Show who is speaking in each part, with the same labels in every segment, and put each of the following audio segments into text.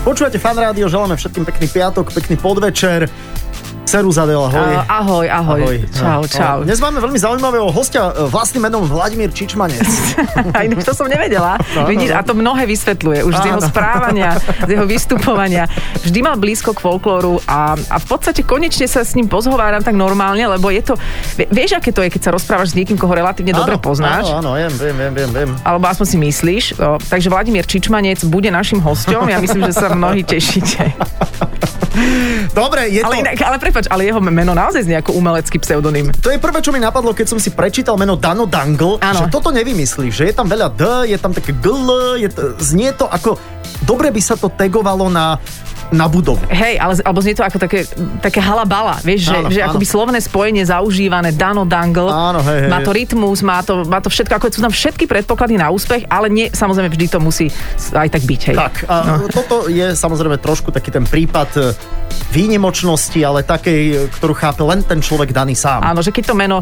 Speaker 1: Počúvate fan rádio, želáme všetkým pekný piatok, pekný podvečer. Seru zadel, ahoj.
Speaker 2: Eh, Ahoj, ahoj.
Speaker 1: Ahoj.
Speaker 2: Čau, čau.
Speaker 1: Dnes máme veľmi zaujímavého hostia e, vlastným menom Vladimír Čičmanec.
Speaker 2: Aj ináč to som nevedela. Vidíš, a to mnohé vysvetľuje. Už z jeho
Speaker 1: Áno.
Speaker 2: správania, z jeho vystupovania. Vždy mal blízko k folklóru a, a v podstate konečne sa s ním pozhováram tak normálne, lebo je to... vie- Vieš, aké to je, keď sa rozprávaš s niekým, koho relatívne dobre
Speaker 1: Áno,
Speaker 2: poznáš?
Speaker 1: Áno, áno, viem, viem, viem, viem, viem.
Speaker 2: alebo aspoň si myslíš. O, takže Vladimír Čičmanec bude našim hosťom. Ja myslím, že sa mnohí tešíte.
Speaker 1: Dobre, je to...
Speaker 2: Ale, inak, ale prepač, ale jeho meno naozaj znie ako umelecký pseudonym.
Speaker 1: To je prvé, čo mi napadlo, keď som si prečítal meno Dano Dangle, že
Speaker 2: Áno.
Speaker 1: toto nevymyslíš, že je tam veľa D, je tam také GL, je t- znie to ako... Dobre by sa to tagovalo na, na budovu.
Speaker 2: Hej, ale, alebo znie to ako také, také halabala, vieš, že,
Speaker 1: Áno,
Speaker 2: že
Speaker 1: áno.
Speaker 2: akoby slovné spojenie zaužívané, dano, dangle,
Speaker 1: Áno, hej, hej,
Speaker 2: má to
Speaker 1: hej.
Speaker 2: rytmus, má to, má to všetko, ako sú tam všetky predpoklady na úspech, ale nie, samozrejme vždy to musí s- aj tak byť, hej.
Speaker 1: Tak, a no. toto je samozrejme trošku taký ten prípad e, výnimočnosti, ale takej, e, ktorú chápe len ten človek daný sám.
Speaker 2: Áno, že keď to meno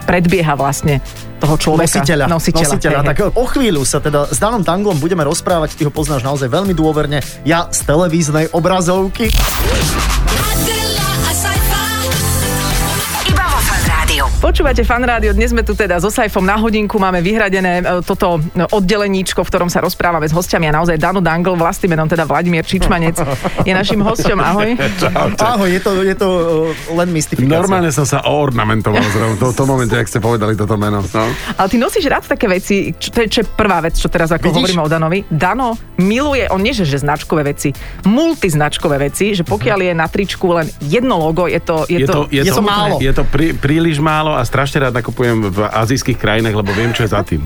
Speaker 2: predbieha vlastne toho človeka.
Speaker 1: Nositeľa.
Speaker 2: Nositeľa. hej,
Speaker 1: Tak o chvíľu sa teda s Danom Tanglom budeme rozprávať, ty ho poznáš naozaj veľmi dôverne. Ja z televíznej obrazovky.
Speaker 3: Iba vo Fan Rádiu.
Speaker 2: Počúvate fan rádio, dnes sme tu teda so Saifom na hodinku, máme vyhradené e, toto e, oddeleníčko, v ktorom sa rozprávame s hostiami a naozaj Dano Dangle, vlastným menom teda Vladimír Čičmanec je našim hosťom, ahoj.
Speaker 4: Čaute.
Speaker 1: Ahoj, je to, je to e, len mystifikácia.
Speaker 4: Normálne som sa ornamentoval zrovna v tomto momente, ak ste povedali toto meno. No.
Speaker 2: Ale ty nosíš rád také veci, čo, to je, čo je prvá vec, čo teraz ako
Speaker 1: Vidíš?
Speaker 2: hovoríme o Danovi. Dano miluje, on nie že, že značkové veci, multiznačkové veci, že pokiaľ je na tričku len jedno logo, je to, je to,
Speaker 1: je to málo.
Speaker 4: Je to prí, príliš málo a strašne rád nakupujem v azijských krajinách, lebo viem, čo je za tým.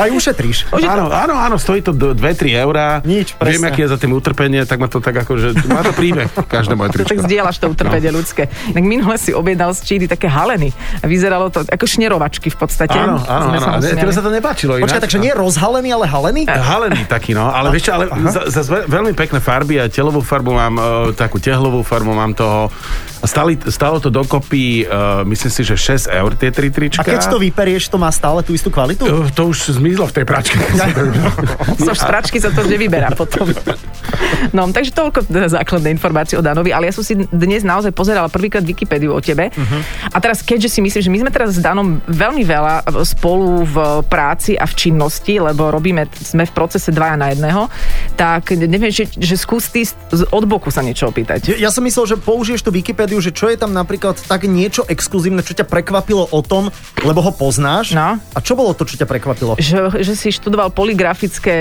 Speaker 1: Aj ušetríš.
Speaker 4: Áno, áno, áno, stojí to 2-3 eurá.
Speaker 1: Nič,
Speaker 4: Viem,
Speaker 1: presne.
Speaker 4: aké je za tým utrpenie, tak ma to tak ako, že má to príbeh každé moje
Speaker 2: tak
Speaker 4: tričko.
Speaker 2: zdieľaš to utrpenie no. ľudské. Tak minule si objednal z Číny také haleny. A Vyzeralo to ako šnerovačky v podstate.
Speaker 4: Áno, áno,
Speaker 2: Sme
Speaker 4: áno.
Speaker 2: sa
Speaker 4: A ne-
Speaker 2: usmiali.
Speaker 4: Tebe sa to nepáčilo ináč. no.
Speaker 1: Počkaj, takže nie rozhalený, ale halený?
Speaker 4: Halený taký, no. Ale vieš čo, ale za, za zve- veľmi pekné farby. Ja telovú farbu mám, e, takú tehlovú farbu mám toho. Stali, stalo to dokopy, e, myslím si, že 6 eur tie tri
Speaker 1: A
Speaker 4: trička.
Speaker 1: keď to vyperieš, to má stále tú istú kvalitu?
Speaker 4: E, to už zmizlo v tej pračke.
Speaker 2: Som z pračky sa to nevyberá potom. No, takže toľko teda základné informácie o Danovi, ale ja som si dnes naozaj pozerala prvýkrát Wikipédiu o tebe. Uh-huh. A teraz, keďže si myslím, že my sme teraz s Danom veľmi veľa spolu v práci a v činnosti, lebo robíme, sme v procese dvaja na jedného, tak neviem, že, že skús ty z z- od boku sa niečo opýtať.
Speaker 1: Ja ja som myslel, že použiješ tú Wikipédiu, že čo je tam napríklad tak niečo exkluzívne, čo ťa prekvapilo o tom, lebo ho poznáš.
Speaker 2: No.
Speaker 1: A čo bolo to, čo ťa prekvapilo?
Speaker 2: Že, že si študoval poligrafické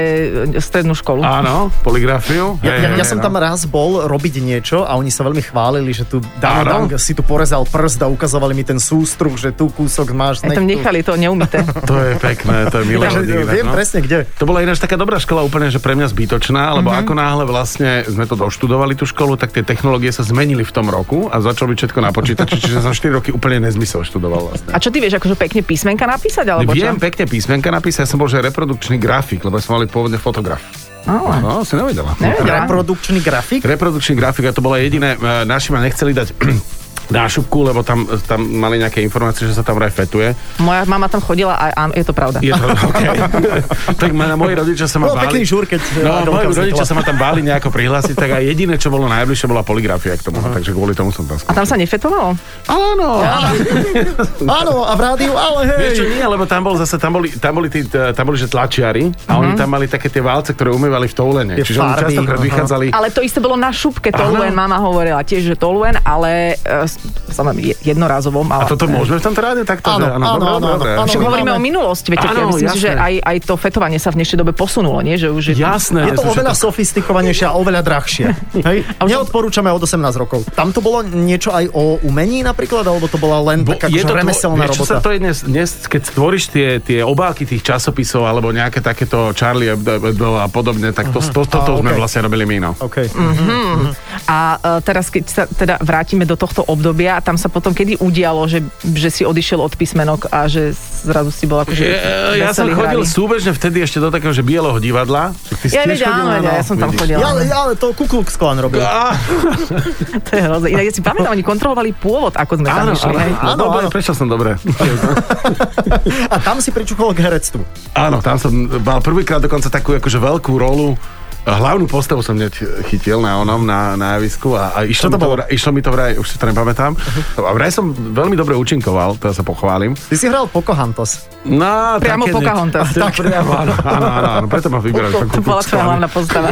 Speaker 2: e, strednú školu.
Speaker 4: Áno, poligrafiu.
Speaker 1: Ja,
Speaker 4: Hej,
Speaker 1: ja, ja
Speaker 4: hej,
Speaker 1: som
Speaker 4: no.
Speaker 1: tam raz bol robiť niečo a oni sa veľmi chválili, že tu Dano
Speaker 4: Áno.
Speaker 1: Dang si tu porezal prst a ukazovali mi ten sústruh, že tu kúsok máš.
Speaker 2: Ja tam
Speaker 1: nech tu.
Speaker 2: nechali to neumité.
Speaker 4: To je pekné, to je milé.
Speaker 1: Takže
Speaker 4: od nich,
Speaker 1: viem presne kde.
Speaker 4: To bola ináč taká dobrá škola, úplne, že pre mňa zbytočná, lebo
Speaker 1: Mhm.
Speaker 4: ako náhle vlastne sme to doštudovali tú školu, tak tie technológie sa zmenili v tom roku a začalo byť všetko na počítači, čiže som 4 roky úplne nezmysel študoval vlastne.
Speaker 2: A čo ty vieš, akože pekne písmenka napísať? Alebo
Speaker 4: Viem
Speaker 2: čo?
Speaker 4: pekne písmenka napísať, ja som bol, že reprodukčný grafik, lebo som mal pôvodne fotograf.
Speaker 2: Ale.
Speaker 4: No, si nevedela.
Speaker 2: Nevedela.
Speaker 1: Reprodukčný grafik.
Speaker 4: Reprodukčný grafik a to bolo jediné, e, naši ma nechceli dať na šupku, lebo tam, e, tam mali nejaké informácie, že sa tam vraj fetuje.
Speaker 2: Moja mama tam chodila a áno, je to pravda.
Speaker 4: Je to, okay. tak ma, moji rodičia sa ma
Speaker 1: Bol pekný
Speaker 4: báli.
Speaker 1: žúr, keď, e,
Speaker 4: no,
Speaker 1: Adelka
Speaker 4: moji
Speaker 1: vznikla.
Speaker 4: rodičia sa ma tam báli nejako prihlásiť, tak a jediné, čo bolo najbližšie, bola poligrafia k tomu. Takže kvôli tomu som
Speaker 2: A
Speaker 4: tam skúšal.
Speaker 2: tam sa nefetovalo?
Speaker 4: Ale áno.
Speaker 1: Áno, a v rádiu, ale hej.
Speaker 4: Vieš čo, nie, lebo tam bol zase, tam boli, tam boli, tí, t- tam boli že tlačiari a oni tam mali také tie válce, ktoré umývali v toulene.
Speaker 1: Mhm. Tie
Speaker 4: Čiže oni
Speaker 1: farby,
Speaker 4: častokrát
Speaker 1: aha.
Speaker 4: vychádzali
Speaker 2: Ale to isté bolo na šupke
Speaker 4: Áno.
Speaker 2: Toluen, mama hovorila tiež, že Toluen, ale e, s- samozrejme je- jednorazovom. Ale,
Speaker 4: a toto môžeme v tomto ráde takto? že
Speaker 1: Áno, áno,
Speaker 4: dobre,
Speaker 1: áno,
Speaker 4: dobre.
Speaker 1: áno.
Speaker 2: Však
Speaker 1: my
Speaker 2: hovoríme o
Speaker 1: máme-
Speaker 2: minulosti, veď ja
Speaker 4: Áno,
Speaker 2: myslím si, že
Speaker 4: jasné.
Speaker 2: aj, aj to fetovanie sa v dnešnej dobe posunulo, nie? Že už je
Speaker 4: Jasné.
Speaker 1: Je to
Speaker 4: že
Speaker 1: oveľa sofistikovanejšie a oveľa drahšie. Hej? Neodporúčame od 18 rokov. Tam to bolo niečo aj o umení napríklad, alebo to bola len
Speaker 4: Bo-
Speaker 1: taká akože
Speaker 4: tvo-
Speaker 1: remeselná
Speaker 4: vieš, čo sa
Speaker 1: robota?
Speaker 4: to je dnes, dnes, keď stvoríš tie, tie obálky tých časopisov alebo nejaké takéto Charlie Hebdo Hebdo a podobne, tak to, to, toto
Speaker 1: Á,
Speaker 4: sme
Speaker 1: okej.
Speaker 4: vlastne robili my, no.
Speaker 1: OK.
Speaker 2: A e, teraz, keď sa teda vrátime do tohto obdobia, a tam sa potom kedy udialo, že, že si odišiel od písmenok a že zrazu si bol akože
Speaker 4: Ja, ja som
Speaker 2: veselý
Speaker 4: chodil
Speaker 2: hraný?
Speaker 4: súbežne vtedy ešte do takého, že bieleho divadla. Ty si
Speaker 2: Ja, veď,
Speaker 4: tiež chodila,
Speaker 2: áno,
Speaker 4: no,
Speaker 2: ja, ja som tam
Speaker 4: vidíš.
Speaker 2: chodila.
Speaker 1: Ja, ja, ale to Ku Klux Klan robil.
Speaker 4: Á,
Speaker 2: To je hrozné. Inak ja si pamätám, oni kontrolovali pôvod, ako sme tam
Speaker 4: Áno,
Speaker 2: išli.
Speaker 4: áno,
Speaker 2: hej.
Speaker 4: áno, dobre,
Speaker 1: áno.
Speaker 4: prešiel som dobre.
Speaker 1: A tam si pričuchol k herectvu.
Speaker 4: Áno, tam som mal prvýkrát dokonca takú akože veľkú rolu e, Hlavnú postavu som hneď chytil na onom, na, na javisku a, a išlo,
Speaker 1: Čo to
Speaker 4: mi to,
Speaker 1: bolo?
Speaker 4: vraj- išlo mi to vraj, už si to nepamätám. A vraj som veľmi dobre účinkoval, teraz sa pochválim.
Speaker 1: Ty si hral Pocahontas.
Speaker 4: No,
Speaker 2: Priamo
Speaker 4: také niečo.
Speaker 2: Pocahontas.
Speaker 4: To je Priamo, áno, áno, áno, áno, preto ma vyberali. som
Speaker 2: To bola tvoja hlavná postava.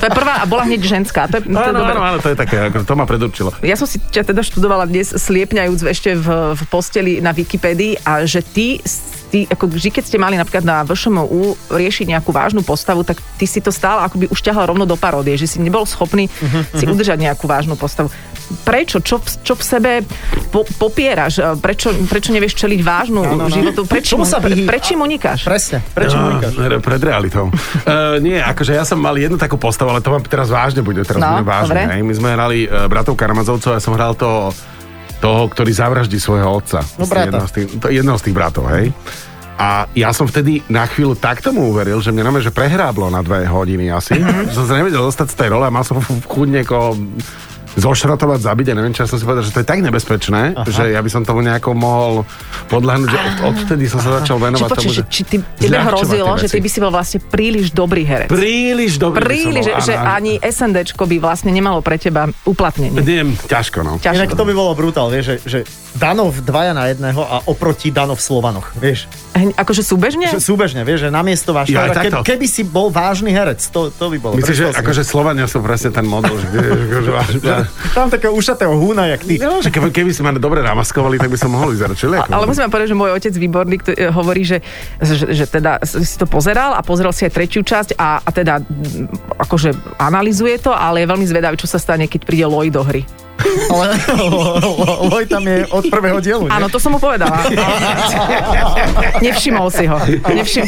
Speaker 2: To je prvá a bola hneď ženská. To je, to je
Speaker 4: Áno,
Speaker 2: dobré.
Speaker 4: áno, áno, to je také, ako- to ma predurčilo.
Speaker 2: Ja som si ťa teda študovala dnes sliepňajúc ešte v, v posteli na Wikipedii a že ty, s- ty ako vždy, keď ste mali napríklad na VŠMU riešiť nejakú vážnu postavu, tak ty si to stále akoby už ťahal rovno do paródie, že si nebol schopný
Speaker 1: Mhm,
Speaker 2: si udržať nejakú vážnu postavu. Prečo? Čo, v- čo v sebe po, popieraš? Prečo, prečo nevieš čeliť vážnu
Speaker 1: Áno,
Speaker 2: no,
Speaker 1: áno.
Speaker 2: životu? Prečím,
Speaker 1: Čomu sa vyhý-
Speaker 2: prečím unikáš?
Speaker 1: Presne. Prečo
Speaker 4: Ah,
Speaker 1: unikáš?
Speaker 4: re- Pred realitou. uh, nie, akože ja som mal jednu takú postavu, ale to vám teraz vážne bude. Teraz
Speaker 2: No,
Speaker 4: bude vážne.
Speaker 2: dobre.
Speaker 4: hej. My sme hrali uh, bratov Karamazovcov a ja som hral to, toho, ktorý zavraždí svojho otca.
Speaker 1: No, brata.
Speaker 4: Jedného z tých, to, jedného z tých bratov, hej. A ja som vtedy na chvíľu tak tomu uveril, že mňa nome, že prehráblo na dve hodiny asi. som sa nevedel dostať z tej role a mal som chuť niekoho zošratovať, zabiť a neviem čo, ja som si povedal, že to je tak nebezpečné, Aha. že ja by som tomu nejako mohol podľahnúť, že od, odtedy som sa
Speaker 2: Či,
Speaker 4: začal venovať
Speaker 2: počuť,
Speaker 4: tomu,
Speaker 2: že... či ty, tebe
Speaker 4: zľahčovať tie
Speaker 2: hrozilo, že
Speaker 4: veci.
Speaker 2: ty by si bol vlastne príliš dobrý herec?
Speaker 4: Príliš dobrý.
Speaker 2: Príliš, že, že ani SNDčko by vlastne nemalo pre teba uplatnenie.
Speaker 4: Neviem, ťažko, no.
Speaker 2: Ťažko.
Speaker 1: Inak to by bolo brutál, vieš, že, že Danov dvaja na jedného a oproti Danov Slovanoch, vieš.
Speaker 2: Hne- Akože súbežne?
Speaker 1: Že súbežne, vieš, že namiesto váš
Speaker 4: Ja aj
Speaker 1: keb,
Speaker 4: takto.
Speaker 1: keby si bol vážny herec, to, to by bolo.
Speaker 4: Myslím, že
Speaker 1: Predstav si.
Speaker 4: akože Slovania sú presne ten model, že, že, že, že,
Speaker 1: Tam takého ušatého húna, jak ty.
Speaker 4: že, no, že keby, keby si ma dobre namaskovali, tak by som mohol vyzerať
Speaker 2: A-
Speaker 4: čiliako.
Speaker 2: Ale musím vám povedať, že môj otec výborný kto, e, hovorí, že, že, že teda si to pozeral a pozeral si aj tretiu časť a, a teda mm, akože analizuje to, ale je veľmi zvedavý, čo sa stane, keď príde Loj do hry.
Speaker 1: Ale Loj tam je od prvého dielu, nie?
Speaker 2: Áno, to som mu povedala. Nevšimol si ho. Nevšim...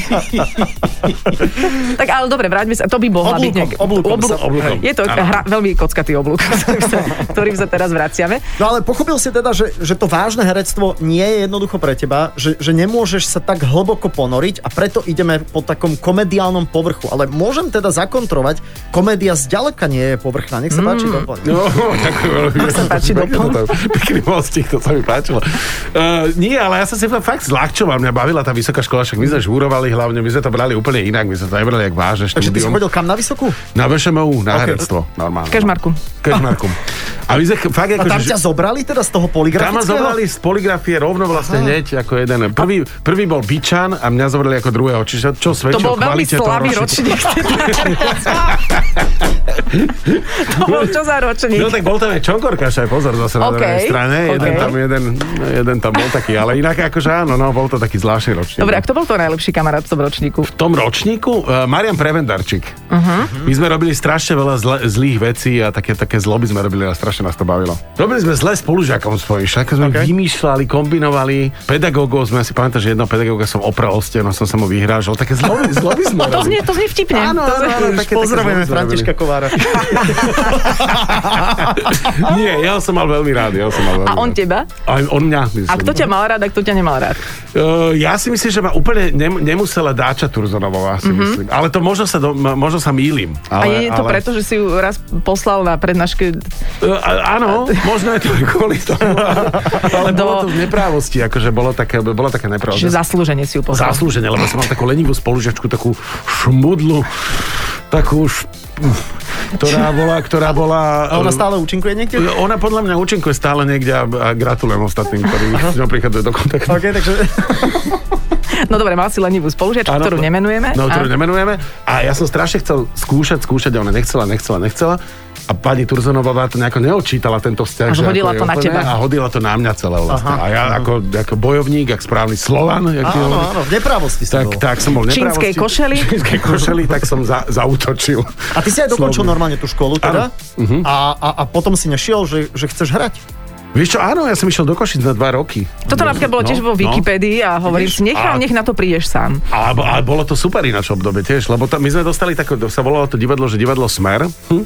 Speaker 2: tak ale dobre, vráťme sa. To by mohla byť
Speaker 1: Oblúkom,
Speaker 2: nejak...
Speaker 1: oblúkom sa-
Speaker 4: oblúkom.
Speaker 2: Je to
Speaker 4: Áno.
Speaker 2: hra, veľmi kockatý oblúk, ktorým sa- ktorým sa teraz vraciame.
Speaker 1: No ale pochopil si teda, že, že to vážne herectvo nie je jednoducho pre teba, že, že nemôžeš sa tak hlboko ponoriť a preto ideme po takom komediálnom povrchu. Ale môžem teda zakontrovať, komédia zďaleka nie je povrchná. Nech sa páči, mm.
Speaker 4: No, ďakujem veľmi.
Speaker 2: To sa páči
Speaker 4: Pekný
Speaker 2: doplň.
Speaker 4: toto- Pekný mostík, to sa mi páčilo. Uh, nie, ale ja som si fakt zľahčoval, mňa bavila tá vysoká škola, však my sme žúrovali hlavne, my sme to brali úplne inak, my sme to nebrali jak vážne
Speaker 1: Takže ty si
Speaker 4: štúdium.
Speaker 1: chodil kam na vysokú?
Speaker 4: Na VŠMU, na
Speaker 1: Ok.
Speaker 4: herectvo, normálne.
Speaker 2: Kežmarku.
Speaker 4: Kežmarku. A my sme ch- fakt
Speaker 1: A
Speaker 4: ako,
Speaker 1: tam
Speaker 4: Akože, že-
Speaker 1: ťa zobrali teda z toho
Speaker 4: Tam ma
Speaker 1: poligrafického?
Speaker 4: zobrali z poligrafie rovno vlastne hneď ako jeden. Prvý, prvý bol Bičan a mňa zobrali ako druhého. Čiže čo
Speaker 2: To
Speaker 4: svedčí
Speaker 2: bol
Speaker 4: o
Speaker 2: veľmi
Speaker 4: kvalite toho
Speaker 2: slabý
Speaker 4: ročníku.
Speaker 2: ročník. to bol čo za ročník?
Speaker 4: No tak bol tam aj Čongorka, aj pozor zase na
Speaker 2: OK,
Speaker 4: druhej strane. Jeden,
Speaker 2: OK.
Speaker 4: tam, jeden, jeden tam bol taký, ale inak akože áno, no, bol to taký zvláštny ročník.
Speaker 2: Dobre, a kto bol to najlepší kamarát v tom ročníku?
Speaker 4: v tom ročníku uh, Marian Prevendarčík. Uh-huh.
Speaker 2: Mhm.
Speaker 4: My sme robili strašne veľa zle, zlých vecí a také, také zloby sme robili a strašne nás to bavilo. Robili sme zle spolužiakom svojim, však sme okay. vymýšľali, kombinovali. Pedagógov sme, ja si pamätám, že jedno pedagóga som opral o steno, som sa mu vyhrážal. Také zloby, zloby sme
Speaker 2: To
Speaker 4: robili.
Speaker 2: znie, to znie vtipne.
Speaker 4: Áno,
Speaker 2: to
Speaker 4: áno,
Speaker 2: znie...
Speaker 4: áno, také,
Speaker 1: Pozdravujeme
Speaker 4: také zloby sme
Speaker 1: Františka Kovára.
Speaker 4: robili. Nie, ja ho som mal veľmi rád. Ja ho som mal veľmi
Speaker 2: A on
Speaker 4: rád.
Speaker 2: teba?
Speaker 4: A on mňa, myslím.
Speaker 2: A kto ťa mal rád a kto ťa nemal rád?
Speaker 4: Uh, ja si myslím, že ma úplne nem, nemusela dáča Turzonovová, si mm-hmm. myslím. Ale to možno sa, do, možno sa mýlim.
Speaker 2: A
Speaker 4: Ale,
Speaker 2: je to
Speaker 4: ale...
Speaker 2: preto, že si ju raz poslal na prednáške
Speaker 4: Uh, áno, možno je to kvôli tomu. Ale
Speaker 2: Do-
Speaker 4: bolo to v neprávosti, akože bolo také, bolo také
Speaker 2: že
Speaker 4: neprávosti.
Speaker 2: zaslúženie si ju poslal.
Speaker 4: Zaslúžene, lebo som mal takú lenivú spolužiačku, takú šmudlu, takú š... ktorá bola, ktorá bola... e,
Speaker 1: A ona stále účinkuje niekde?
Speaker 4: Ona podľa mňa účinkuje stále niekde a, a gratulujem ostatným, ktorí s ňou prichádzajú do kontaktu.
Speaker 1: OK, takže...
Speaker 2: No dobre, mal si lenivú spolužiačku,
Speaker 4: Áno.
Speaker 2: ktorú nemenujeme.
Speaker 4: No, ktorú
Speaker 2: a...
Speaker 4: nemenujeme. A ja som strašne chcel skúšať, skúšať a ona nechcela, nechcela, nechcela. A pani Turzonová to nejako neočítala tento vzťah.
Speaker 2: A
Speaker 4: že
Speaker 2: hodila
Speaker 4: ako je
Speaker 2: to na
Speaker 4: úplne,
Speaker 2: teba.
Speaker 4: A hodila to na mňa celé vlastne.
Speaker 1: Aha.
Speaker 4: a ja ako, ako bojovník, ako správny Slovan, jak ti
Speaker 1: Áno,
Speaker 4: hovorí,
Speaker 1: áno, v neprávosti si
Speaker 4: No. tak,
Speaker 1: bol.
Speaker 4: tak som bol
Speaker 2: V
Speaker 4: v
Speaker 2: čínskej
Speaker 4: nepravosti.
Speaker 2: košeli?
Speaker 4: V čínskej košeli, tak som za, zautočil.
Speaker 1: A ty si aj dokončil
Speaker 4: Slovne.
Speaker 1: normálne tú školu teda? A, a, a potom si nešiel, že, že chceš hrať?
Speaker 4: Vieš čo, áno, ja som išiel do Košic na dva roky.
Speaker 2: Toto napríklad bolo tiež vo Wikipedii a hovorím
Speaker 4: no,
Speaker 2: si,
Speaker 4: Vidíš?
Speaker 2: nech,
Speaker 4: A-
Speaker 2: nech na to prídeš sám.
Speaker 4: A, a bolo to super ináč obdobie tiež, lebo tam, my sme dostali také, sa volalo to divadlo, že divadlo Smer. Hm?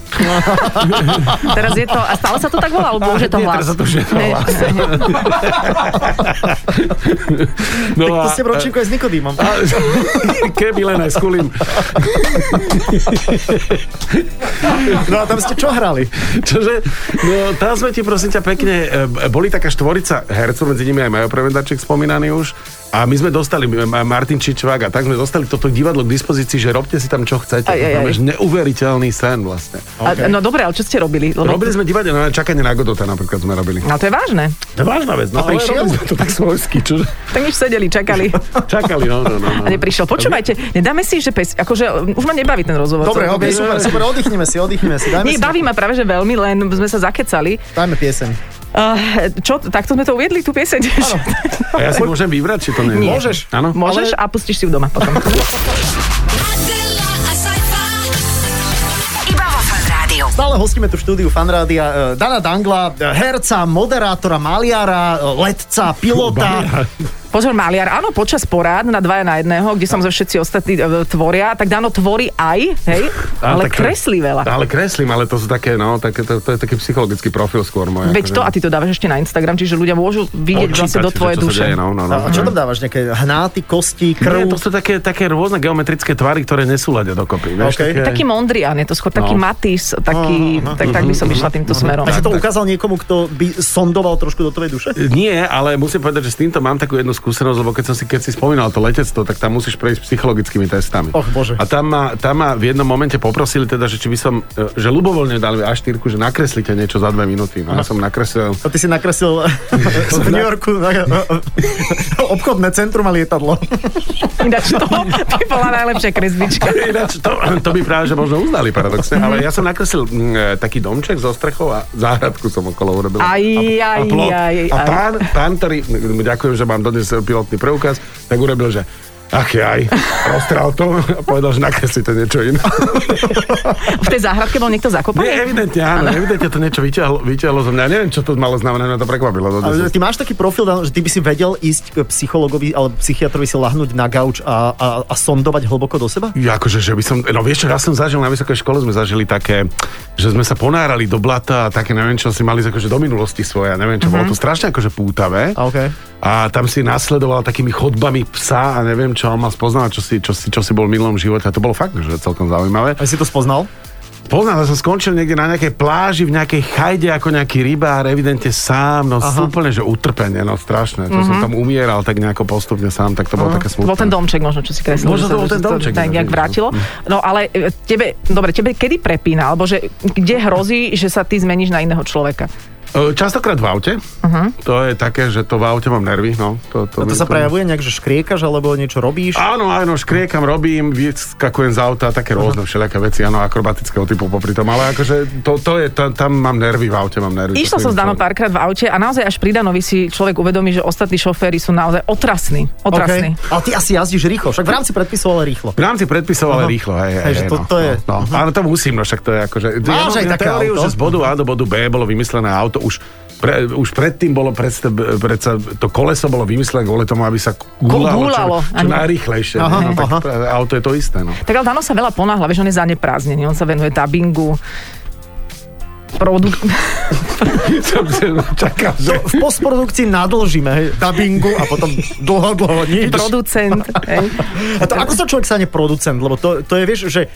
Speaker 2: Teraz je to, a stále sa to tak volá, alebo už je to
Speaker 4: Nie,
Speaker 2: hlas?
Speaker 4: teraz sa to už je to
Speaker 2: Ne.
Speaker 4: hlas. no
Speaker 1: Tak to
Speaker 4: a-
Speaker 1: ste v ročníku aj s Nikodýmom.
Speaker 4: a, keby len aj s Kulím.
Speaker 1: No a tam ste čo hrali?
Speaker 4: Čože, no, tam sme ti prosím ťa pekne e, e, boli taká štvorica hercov, medzi nimi aj Majo Prevendaček spomínaný už. A my sme dostali, e, Ma- Martin Čičvák a tak sme dostali toto divadlo k dispozícii, že robte si tam čo chcete.
Speaker 2: Aj, aj, aj.
Speaker 4: Znamená, že neuveriteľný sen vlastne.
Speaker 2: Okay. A, no dobre, ale čo ste robili? Lebo...
Speaker 4: Robili sme divadelné na čakanie na Godota napríklad sme robili.
Speaker 2: No to je vážne.
Speaker 4: To je vážna vec. No,
Speaker 1: ale robili
Speaker 4: to tak svojsky, čo?
Speaker 2: Tak nič sedeli, čakali
Speaker 4: Čakali, no, no, no.
Speaker 2: a
Speaker 4: no.
Speaker 2: neprišiel. Počúvajte, nedáme si, že pes... Akože už ma nebaví ten rozhovor.
Speaker 1: Dobre,
Speaker 2: celkom.
Speaker 1: ok, super, super, oddychneme si, oddychneme si. Dajme
Speaker 2: Nie,
Speaker 1: si,
Speaker 2: baví ma práve, že veľmi, len sme sa zakecali.
Speaker 1: Dajme pieseň.
Speaker 2: Uh, čo, takto sme to uviedli, tú pieseň?
Speaker 4: A ja si môžem vybrať, či to nie?
Speaker 2: Nie.
Speaker 4: Môžeš. Áno.
Speaker 2: Môžeš ale... a pustíš si ju doma potom.
Speaker 3: Adela, a
Speaker 5: Iba vo Fan Rádiu.
Speaker 1: Stále hostíme tu v štúdiu Fanrádia e, Dana Dangla, e, herca, moderátora, maliara, e, letca, pilota.
Speaker 2: Pozor, Maliar, áno, počas porád na dvaja na jedného, kde som zo všetci ostatní e, tvoria, tak Dano tvorí aj, hej, ale
Speaker 4: tak-
Speaker 2: kreslí veľa.
Speaker 4: Ale kreslím, ale to sú také, no, také, to, to je taký psychologický profil skôr môj. akože
Speaker 2: Veď to, a ty to dávaš ešte na Instagram, čiže ľudia môžu vidieť vlastne do tvojej duše.
Speaker 4: Deje, no, no, no.
Speaker 1: A čo tam dávaš? Nejaké hnáty, kosti,
Speaker 4: Nie,
Speaker 1: krv?
Speaker 4: to sú také, také rôzne geometrické tvary, ktoré nesúľadia dokopy. Vieš,
Speaker 1: Okej.
Speaker 4: také,
Speaker 2: Taký Mondrian, je to skôr taký
Speaker 4: No.
Speaker 2: Matis, taký, tak, tak by som
Speaker 4: Mhm,
Speaker 2: išla týmto smerom.
Speaker 1: A si to
Speaker 4: tak.
Speaker 1: ukázal niekomu, kto by sondoval trošku do tvojej duše?
Speaker 4: Nie, ale musím povedať, že s týmto mám takú jednu skúsenosť, lebo keď som si, keď si spomínal to letectvo, tak tam musíš prejsť psychologickými testami.
Speaker 1: Och, Bože.
Speaker 4: A tam ma, tam ma v jednom momente poprosili teda, že či by som, e, že ľubovoľne dali A4, že nakreslite niečo za dve minúty. No ja som nakreslil
Speaker 1: A ty si nakreslil e, v New Yorku na- obchodné centrum a lietadlo.
Speaker 2: Ináč to, to je bola najlepšia kresbička.
Speaker 4: Ináč, to, to by práve, že možno uznali paradoxne, ale ja som nakreslil mm, e, taký domček so strechou a záhradku som okolo urobil.
Speaker 2: Aj, aj,
Speaker 4: a, plot.
Speaker 2: aj,
Speaker 4: a
Speaker 2: aj.
Speaker 4: pán, pán, ktorý, m, ďakujem, že mám dodnes pilotný preukaz, tak urobil, že ach jaj, roztral to a povedal, že nakreslíte niečo iné.
Speaker 2: V tej záhradke bol niekto
Speaker 4: Nie,
Speaker 2: zakopaný?
Speaker 4: evidentne, áno, evidentne to niečo vyťahlo, vyťahlo zo mňa. Neviem, čo to malo znamená, mňa to prekvapilo.
Speaker 1: Ale
Speaker 4: Dodnes.
Speaker 1: ty máš taký profil, Dano, že ty by si vedel ísť k psychologovi alebo psychiatrovi si lahnúť na gauč a, a, a sondovať hlboko do seba?
Speaker 4: Ja akože, že by som, no vieš čo, raz som zažil na vysokej škole, sme zažili také, že sme sa ponárali do blata a také, neviem čo, si mali akože do minulosti svoje, a neviem čo,
Speaker 2: Mhm.
Speaker 4: mm-hmm. bolo to strašne akože pútavé.
Speaker 1: A okej.
Speaker 4: A tam si nasledoval takými chodbami psa a neviem čo, on ma spoznal, čo si, čo si, čo si bol v minulom živote a to bolo fakt, že celkom zaujímavé.
Speaker 1: A si to spoznal?
Speaker 4: Poznal, som skončil niekde na nejakej pláži, v nejakej chajde ako nejaký rybár, evidentne sám, no Aha. úplne, že utrpenie, no strašné. To mm-hmm. som tam umieral tak nejako postupne sám, tak to bolo také
Speaker 2: Mhm. To
Speaker 4: smutné.
Speaker 2: bol ten domček možno, čo si kreslil.
Speaker 4: Možno
Speaker 2: že
Speaker 4: to
Speaker 2: sa-
Speaker 4: bol
Speaker 2: že
Speaker 4: ten
Speaker 2: sa
Speaker 4: domček,
Speaker 2: tak nejak
Speaker 4: neviem. Mhm.
Speaker 2: vrátilo. No ale e, tebe, dobre, tebe kedy prepína? Alebo že kde hrozí, že sa ty zmeníš na iného človeka?
Speaker 4: E, Častokrát v aute. Uh-huh. To je také, že to v aute mám nervy. No, to,
Speaker 1: Mhm.
Speaker 4: to,
Speaker 1: A to
Speaker 4: mi-
Speaker 1: sa prejavuje nejak, že škriekaš alebo niečo robíš?
Speaker 4: Áno, áno, škriekam, robím, vyskakujem z auta,
Speaker 1: Mhm.
Speaker 4: také rôzne všelijaké veci, áno, akrobatického typu popri tom, ale akože to, to je, tam, tam mám nervy, v aute mám nervy.
Speaker 2: Išla som s Danom no, párkrát v aute a naozaj až pri Danovi si človek uvedomí, že ostatní šoféry sú naozaj otrasní. Otrasní.
Speaker 1: OK. Ale ty asi jazdíš rýchlo, však v rámci predpisov ale rýchlo.
Speaker 4: V rámci predpisov, ale rýchlo, hej, hej,
Speaker 1: Takže
Speaker 4: hej,
Speaker 1: Mhm. to-
Speaker 4: no,
Speaker 1: to je- Mhm.
Speaker 4: No, no. Áno, to musím, no však to je akože...
Speaker 1: Máš aj také
Speaker 4: teóriu,
Speaker 1: auto?
Speaker 4: že z bodu A do bodu B bolo vymyslené auto, už pre, už predtým bolo predsa, predsa, to koleso bolo vymyslené kvôli tomu, aby sa gulalo,
Speaker 2: gúlalo,
Speaker 4: čo, čo
Speaker 2: áno.
Speaker 4: najrýchlejšie.
Speaker 1: Aha,
Speaker 4: no, tak
Speaker 1: aha.
Speaker 4: práve auto je to isté. No.
Speaker 2: Tak ale Dano sa veľa ponáhla, vieš, on je zaneprázdnený, on sa venuje dubbingu, produk-
Speaker 4: Som si čakal, že...
Speaker 1: V postprodukcii nadlžíme hej, dubbingu a potom dlho, dlho nič.
Speaker 2: producent. hej.
Speaker 1: A to, ako sa človek stane producent? Lebo to, to je, vieš, že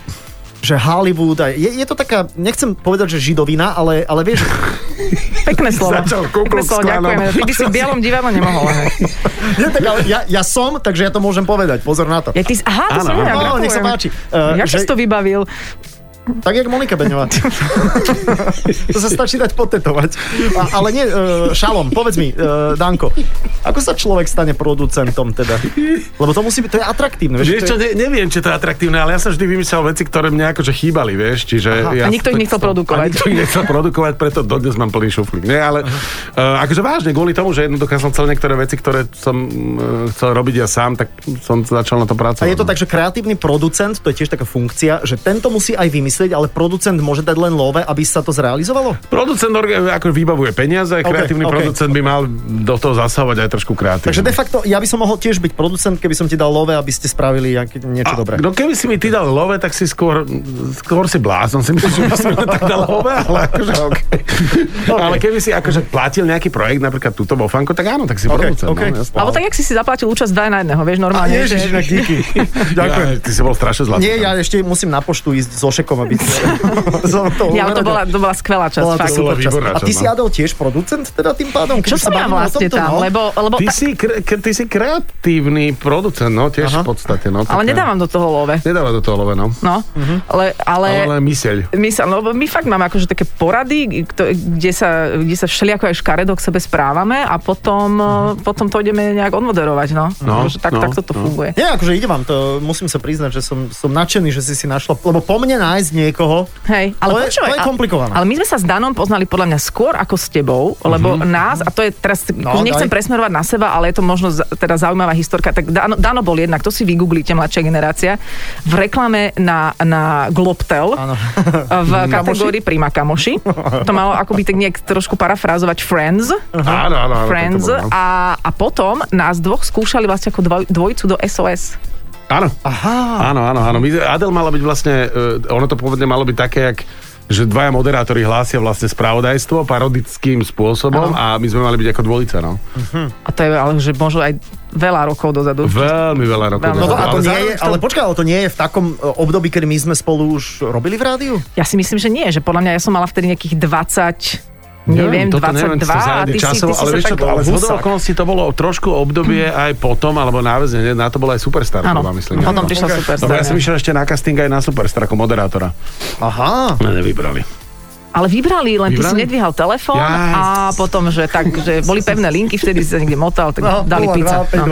Speaker 1: že Hollywood, a je, je to taká, nechcem povedať, že židovina, ale, ale vieš,
Speaker 2: Pekné slovo.
Speaker 4: Začal Ku
Speaker 2: Pekné
Speaker 4: Klux
Speaker 2: slovo,
Speaker 4: Klanom.
Speaker 2: ďakujeme. Ty by si v bielom divadle nemohol. hej.
Speaker 1: nie, tak, ale ja, ja som, takže ja to môžem povedať, pozor na to.
Speaker 2: Ja, ty, si- aha, to
Speaker 4: Áno,
Speaker 2: som ja.
Speaker 1: áno,
Speaker 2: gratulujem.
Speaker 1: nech sa páči. Eh,
Speaker 2: Jak
Speaker 1: že-
Speaker 2: si to vybavil?
Speaker 1: Tak jak Monika Beňová. to sa stačí dať potetovať. A, ale nie, e, šalom, povedz mi, e, Danko, ako sa človek stane producentom teda? Lebo to musí byť, to je atraktívne. Vieš,
Speaker 4: Vieš
Speaker 1: to
Speaker 4: čo,
Speaker 1: je,
Speaker 4: ne, neviem, či to je atraktívne, ale ja som vždy vymyslel veci, ktoré mne akože chýbali, vieš. Čiže ja
Speaker 2: A nikto ich nechcel produkovať.
Speaker 4: A nikto ich nechcel produkovať, preto dodnes mám plný šuflík. Nie, ale uh, akože vážne, kvôli tomu, že jednoducho som chcel niektoré veci, ktoré som uh, chcel robiť ja sám, tak som začal na to pracovať. no.
Speaker 1: a je to tak, že kreatívny producent, to je tiež taká funkcia, že tento musí aj vymyslieť, ale producent môže dať len love, aby sa to zrealizovalo?
Speaker 4: Producent orga- ako vybavuje peniaze, kreatívny
Speaker 1: ok.
Speaker 4: producent by mal do toho zasahovať aj trošku kreatívne.
Speaker 1: Takže de facto, ja by som mohol tiež byť producent, keby som ti dal love, aby ste spravili nejaké- niečo dobré.
Speaker 4: No keby si mi ty dal love, tak si skôr, skôr si blázon, si myslím, že by si mi tak dal love, ale akože okay. Ale keby si akože platil nejaký projekt, napríklad túto vo Fanko, tak áno, tak si
Speaker 1: OK,
Speaker 4: producent.
Speaker 1: OK.
Speaker 4: No, jasné.
Speaker 2: Alebo tak, jak si si zaplatil účasť 2 na jedného, vieš, normálne. že-
Speaker 1: inak díky.
Speaker 4: Ja, ty si bol strašne zlatý. no.
Speaker 1: Nie, ja ešte musím na poštu ísť zošekovať som, aby som to
Speaker 2: Ja, ale to
Speaker 1: uvedel.
Speaker 2: bola, to bola skvelá časť.
Speaker 1: Bola to
Speaker 2: fakt.
Speaker 1: super
Speaker 4: Bola
Speaker 1: časť.
Speaker 4: výborná
Speaker 1: A ty
Speaker 4: časť,
Speaker 1: si
Speaker 4: no.
Speaker 1: Adel tiež producent teda tým pádom? keď
Speaker 2: Čo
Speaker 1: už
Speaker 2: som ja
Speaker 1: bavíme o
Speaker 2: vlastne
Speaker 1: tomto,
Speaker 2: tam?
Speaker 1: no?
Speaker 2: Lebo, lebo
Speaker 4: Ty
Speaker 2: ta,
Speaker 4: si, kre- ke- ty si kreatívny producent, no tiež
Speaker 1: Aha.
Speaker 4: v podstate. No,
Speaker 2: ale
Speaker 4: také-
Speaker 2: nedávam do toho love.
Speaker 4: Nedáva do toho loveno.
Speaker 2: No,
Speaker 1: Mhm.
Speaker 2: ale, ale,
Speaker 4: Ale myseľ.
Speaker 2: My, sa, no, my fakt máme akože také porady, kto, kde, sa, kde sa všelijako aj škaredo k sebe správame a potom,
Speaker 1: Mhm.
Speaker 2: mm. potom to ideme nejak odmoderovať, no.
Speaker 4: No,
Speaker 2: Akože tak,
Speaker 4: no,
Speaker 2: takto to
Speaker 4: no.
Speaker 2: funguje.
Speaker 1: Nie, akože ide vám to, musím sa priznať, že som, som nadšený, že si si našla, lebo po mne nájsť niekoho,
Speaker 2: Hej, ale
Speaker 1: To je-
Speaker 2: počúvaj,
Speaker 1: to je
Speaker 2: a-
Speaker 1: komplikované.
Speaker 2: Ale my sme sa s Danom poznali podľa mňa skôr ako s tebou, lebo mm-hmm. nás, a to je teraz,
Speaker 1: Mhm. No,
Speaker 2: no, nechcem
Speaker 1: daj.
Speaker 2: presmerovať na seba, ale je to možno za- teda zaujímavá historka. Tak Dano, Dano bol jednak, to si vygooglíte, mladšia generácia, v reklame na, na Globtel
Speaker 1: Áno.
Speaker 2: v kategórii Prima Kamoši. To malo akoby tak nejak trošku parafrázovať Friends.
Speaker 4: Áno, áno, áno.
Speaker 2: Friends
Speaker 4: tak to bolo, no.
Speaker 2: a, a potom nás dvoch skúšali vlastne ako dvoj, dvojicu do SOS.
Speaker 4: Áno,
Speaker 1: aha,
Speaker 4: áno, áno, áno. My- Adel mala byť vlastne, e, ono to pôvodne malo byť také, jak že dvaja moderátori hlásia vlastne spravodajstvo parodickým spôsobom a my sme mali byť ako dvojica, no.
Speaker 2: A to je ale, že možno aj veľa rokov dozadu.
Speaker 4: Veľmi veľa rokov.
Speaker 2: Veľmi.
Speaker 1: no to,
Speaker 4: dozadu.
Speaker 1: a to
Speaker 4: Ale
Speaker 1: nie
Speaker 4: zároveň
Speaker 1: je, ale počkaj, ale to nie je v takom e, období, kedy my sme spolu už robili v rádiu?
Speaker 2: Ja si myslím, že nie, že podľa mňa ja som mala vtedy nejakých 20, neviem,
Speaker 4: Hm, toto
Speaker 2: 22
Speaker 4: či to
Speaker 2: a ty
Speaker 4: zájde
Speaker 2: si,
Speaker 4: časovo,
Speaker 2: ty si
Speaker 4: ale
Speaker 2: sa
Speaker 4: vieš čo,
Speaker 2: tak
Speaker 4: to- ale zhodou
Speaker 2: husák.
Speaker 4: okolností to bolo trošku obdobie aj potom, alebo náväzne, na to bolo aj Superstar,
Speaker 2: Áno,
Speaker 4: doba, myslím.
Speaker 2: potom
Speaker 4: áno.
Speaker 2: prišla
Speaker 1: Ok.
Speaker 2: super
Speaker 4: Lebo ja som išiel ešte na casting aj na Superstar ako moderátora.
Speaker 1: Aha.
Speaker 4: Ne, nevybrali.
Speaker 2: Ale vybrali, len ty si
Speaker 4: Vybrali?
Speaker 2: nedvíhal telefón
Speaker 4: Jaj.
Speaker 2: a potom, že tak, že boli pevné linky, vtedy si sa niekde motal, tak
Speaker 1: No,
Speaker 2: dali
Speaker 1: 0,
Speaker 2: pizza.
Speaker 1: 2,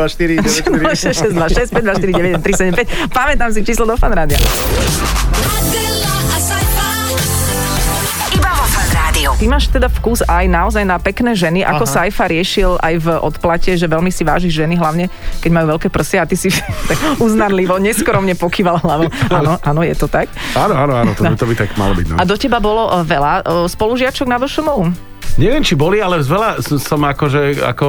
Speaker 1: 5, 2, 4, 9, 4.
Speaker 2: 6, 2, 6, 5, 2, 4, 9, 3, 7, 5. Pamätám si číslo do fanrádia.
Speaker 3: Adela, a Saifa.
Speaker 5: Iba vo fan rádiu.
Speaker 2: Ty máš teda vkus aj naozaj na pekné ženy, ako
Speaker 1: Aha.
Speaker 2: Aha. Saifa riešil aj v odplate, že veľmi si váži ženy, hlavne keď majú veľké prsia a ty si tak uznanlivo, neskromne pokýval hlavou. Áno, áno, je to tak.
Speaker 4: Áno, áno, áno, to, by, to by tak malo byť. No.
Speaker 2: A do teba bolo e, veľa e, spolužiačok na došomovu?
Speaker 4: Neviem, či boli, ale z veľa som, som akože, ako,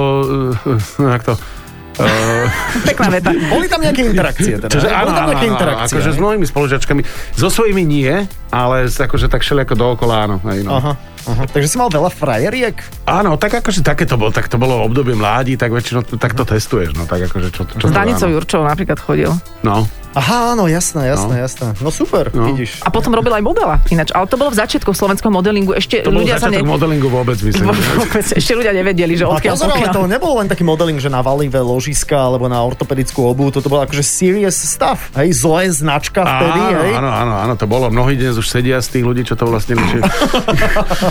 Speaker 4: uh, jak to, uh,
Speaker 2: Pekná veta.
Speaker 1: Boli tam nejaké interakcie teda.
Speaker 4: Čože,
Speaker 1: Boli tam nejaké interakcie.
Speaker 4: akože s
Speaker 1: ne?
Speaker 4: mnohými spolužiačkami. So svojimi nie, ale s- akože tak všelijako dookola, áno. Hej, no.
Speaker 1: Aha, aha. Takže si mal veľa frajeriek?
Speaker 4: Áno, tak akože také to bolo, tak to bolo obdobie mládi, tak väčšinou to, tak to testuješ, no tak akože čo, čo
Speaker 2: S
Speaker 4: to
Speaker 2: Danicou
Speaker 4: áno.
Speaker 2: Jurčovou napríklad chodil.
Speaker 4: No,
Speaker 1: Aha, áno, jasné, jasné, no. jasné. No super, no.
Speaker 4: No.
Speaker 1: vidíš.
Speaker 2: A potom robil aj modela ináč. Ale to bolo v začiatku slovenského modelingu. Ešte
Speaker 4: to bol
Speaker 2: ľudia sa ne...
Speaker 4: začiatok modelingu vôbec, myslím.
Speaker 2: Vôbec, ešte ľudia nevedeli, že
Speaker 1: A
Speaker 2: odkiaľ
Speaker 1: pozor, ale
Speaker 2: pokiaľ.
Speaker 1: to nebol len taký modeling, že na valivé ložiska alebo na ortopedickú obu, toto bol akože serious stuff, hej, zlé značka vtedy,
Speaker 4: áno,
Speaker 1: hej.
Speaker 4: áno, áno, áno, to bolo. Mnohí dnes už sedia z tých ľudí, čo to vlastne ličia.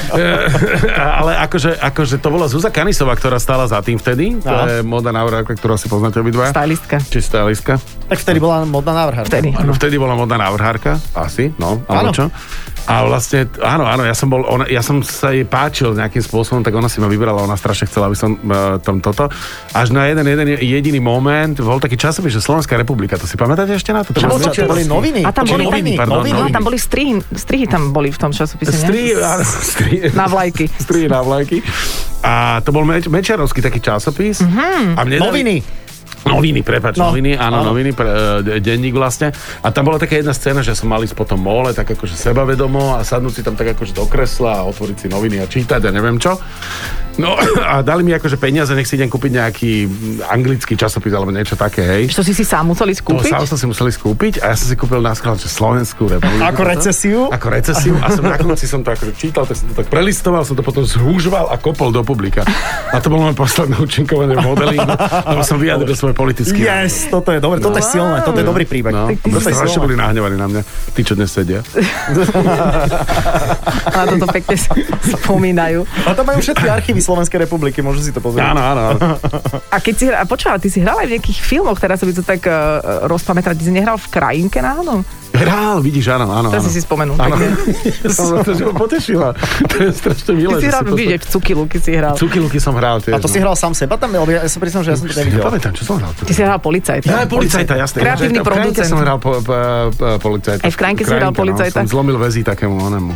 Speaker 4: Ale akože, akože to bola Zuza Kanisová, ktorá stála za tým vtedy. To
Speaker 1: Aha.
Speaker 4: je moda návrhárka, ktorú si poznáte obidva.
Speaker 2: Stylistka.
Speaker 4: Či stylistka.
Speaker 1: Tak vtedy bola modná návrhárka.
Speaker 2: Vtedy.
Speaker 4: Áno, vtedy bola modná návrhárka, asi, no,
Speaker 1: Áno.
Speaker 4: alebo čo. A vlastne, t- áno, áno, ja som, bol, ona, ja som sa jej páčil nejakým spôsobom, tak ona si ma vybrala, ona strašne chcela, aby som uh, tam toto. Až na jeden, jeden jediný moment, bol taký časopis, že Slovenská republika, to si pamätáte ešte na to?
Speaker 1: Čo
Speaker 4: To bolo
Speaker 1: bol to, čo
Speaker 4: začiatok-
Speaker 1: boli noviny?
Speaker 2: A tam
Speaker 1: Či
Speaker 2: boli
Speaker 1: noviny,
Speaker 4: pardon,
Speaker 1: noviny.
Speaker 2: No, tam boli strihy, strihy tam boli v tom časopise, ne?
Speaker 4: Stri, áno, stri,
Speaker 2: Na vlajky.
Speaker 4: Stri na vlajky. A to bol meč, Mečiarovský taký časopis. A mne dali-
Speaker 1: Mhm. Noviny.
Speaker 4: Noviny, prepač,
Speaker 1: No.
Speaker 4: no. noviny, áno,
Speaker 1: Áno.
Speaker 4: noviny, pre, e, denník vlastne. A tam bola taká jedna scéna, že som mal ísť potom mole, tak akože sebavedomo a sadnúť si tam tak akože do kresla a otvoriť si noviny a čítať a neviem čo. No a dali mi akože peniaze, nech si idem kúpiť nejaký anglický časopis alebo niečo také, hej.
Speaker 2: Čo si si sám museli
Speaker 4: To
Speaker 2: skúpiť?
Speaker 4: sám som si museli skúpiť a ja som si kúpil na sklad, že Slovenskú republiku.
Speaker 1: Ako recesiu?
Speaker 4: Ako recesiu a som na konci som to akože čítal, tak som to tak prelistoval, som to potom zhúžval a kopol do publika. A to bolo moje posledné účinkovanie v modelingu, lebo som vyjadril svoje politické.
Speaker 1: Yes, toto je dobre, toto je silné, toto je dobrý príbeh.
Speaker 4: No,
Speaker 1: Toto je
Speaker 4: strašne
Speaker 1: silné.
Speaker 4: boli nahnevaní na mňa, tí, čo dnes sedia.
Speaker 2: Na toto pekne sa spomínajú.
Speaker 1: A tam majú všetky archívy Slovenskej republiky, môžu si to pozrieť.
Speaker 4: Áno, áno, áno.
Speaker 2: A keď si hral, počúval, ty si hral aj v nejakých filmoch, teraz sa by to tak uh, rozpamätať, ty si nehral v krajinke náhodou?
Speaker 4: Hrál, vidíš, áno, áno.
Speaker 2: Teraz
Speaker 4: áno.
Speaker 2: si si spomenul.
Speaker 4: Áno,
Speaker 2: pekne.
Speaker 4: Áno, to si ma potešila. To je strašne milé.
Speaker 2: Ty si
Speaker 4: že
Speaker 2: hral,
Speaker 4: si to-
Speaker 2: vidieť, v Cukiluky si hral.
Speaker 4: Cuky Luky som hral tiež.
Speaker 1: A to si hral sám seba tam, lebo ja sa priznám, že ja som to nevidel.
Speaker 4: Nepamätám, čo som hral.
Speaker 2: Ty si hral policajta.
Speaker 4: Ja aj policajta, jasne.
Speaker 2: Kreatívny
Speaker 4: Ja, v Krajinke
Speaker 2: producent.
Speaker 4: som hral po, po, po, policajta.
Speaker 2: Aj v Krajinke si hral
Speaker 4: Krajinke,
Speaker 2: policajta.
Speaker 4: No, som zlomil väzy takému onemu.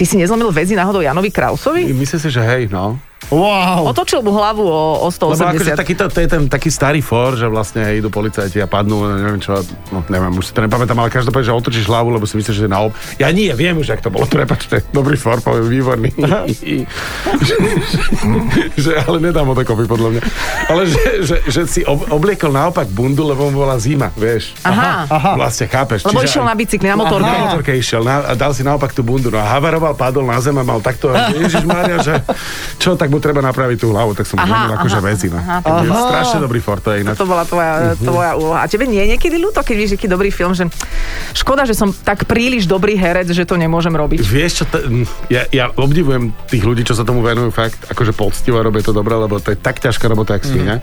Speaker 2: Ty si nezlomil väzy náhodou Janovi Krausovi?
Speaker 4: Myslím si, že hej, no.
Speaker 1: Wow.
Speaker 2: Otočil mu hlavu o, o
Speaker 4: Lebo akože
Speaker 2: 180.
Speaker 4: takýto, to je ten taký starý for, že vlastne idú policajti a padnú, neviem čo, no neviem, už si to nepamätám, ale každopádne, že otočíš hlavu, lebo si myslíš, že je na ob... Ja nie, viem už, jak to bolo, prepačte, dobrý for, poviem, výborný. že, že, ale nedám ho dokopy, podľa mňa. Ale že, že, že si ob, obliekol naopak bundu, lebo mu bola zima, vieš.
Speaker 2: Aha.
Speaker 1: Aha.
Speaker 4: Vlastne, chápeš.
Speaker 2: Lebo
Speaker 4: Čiže
Speaker 2: išiel
Speaker 4: aj-
Speaker 2: na bicykli, na motorke.
Speaker 4: na motorke išiel na, a dal si naopak tú bundu. No a havaroval, padol na zem a mal takto, Ježiš Mária, že čo, tak mu treba napraviť tú hlavu, tak som
Speaker 2: Aha,
Speaker 4: aha, akože
Speaker 2: aha,
Speaker 4: veci. No.
Speaker 2: aha.
Speaker 4: Takže
Speaker 1: Aha.
Speaker 4: Strašne dobrý for, to je ináč.
Speaker 2: To bola tvoja,
Speaker 4: Mhm.
Speaker 2: tvoja úloha. A tebe nie je niekedy ľúto, keď vidíš taký dobrý film, že škoda, že som tak príliš dobrý herec, že to nemôžem robiť.
Speaker 4: Vieš čo, t- m, ja, ja obdivujem tých ľudí, čo sa tomu venujú fakt, akože poctivo a robia to dobre, lebo to je tak ťažká robota, jak
Speaker 2: Mhm.
Speaker 4: svinia.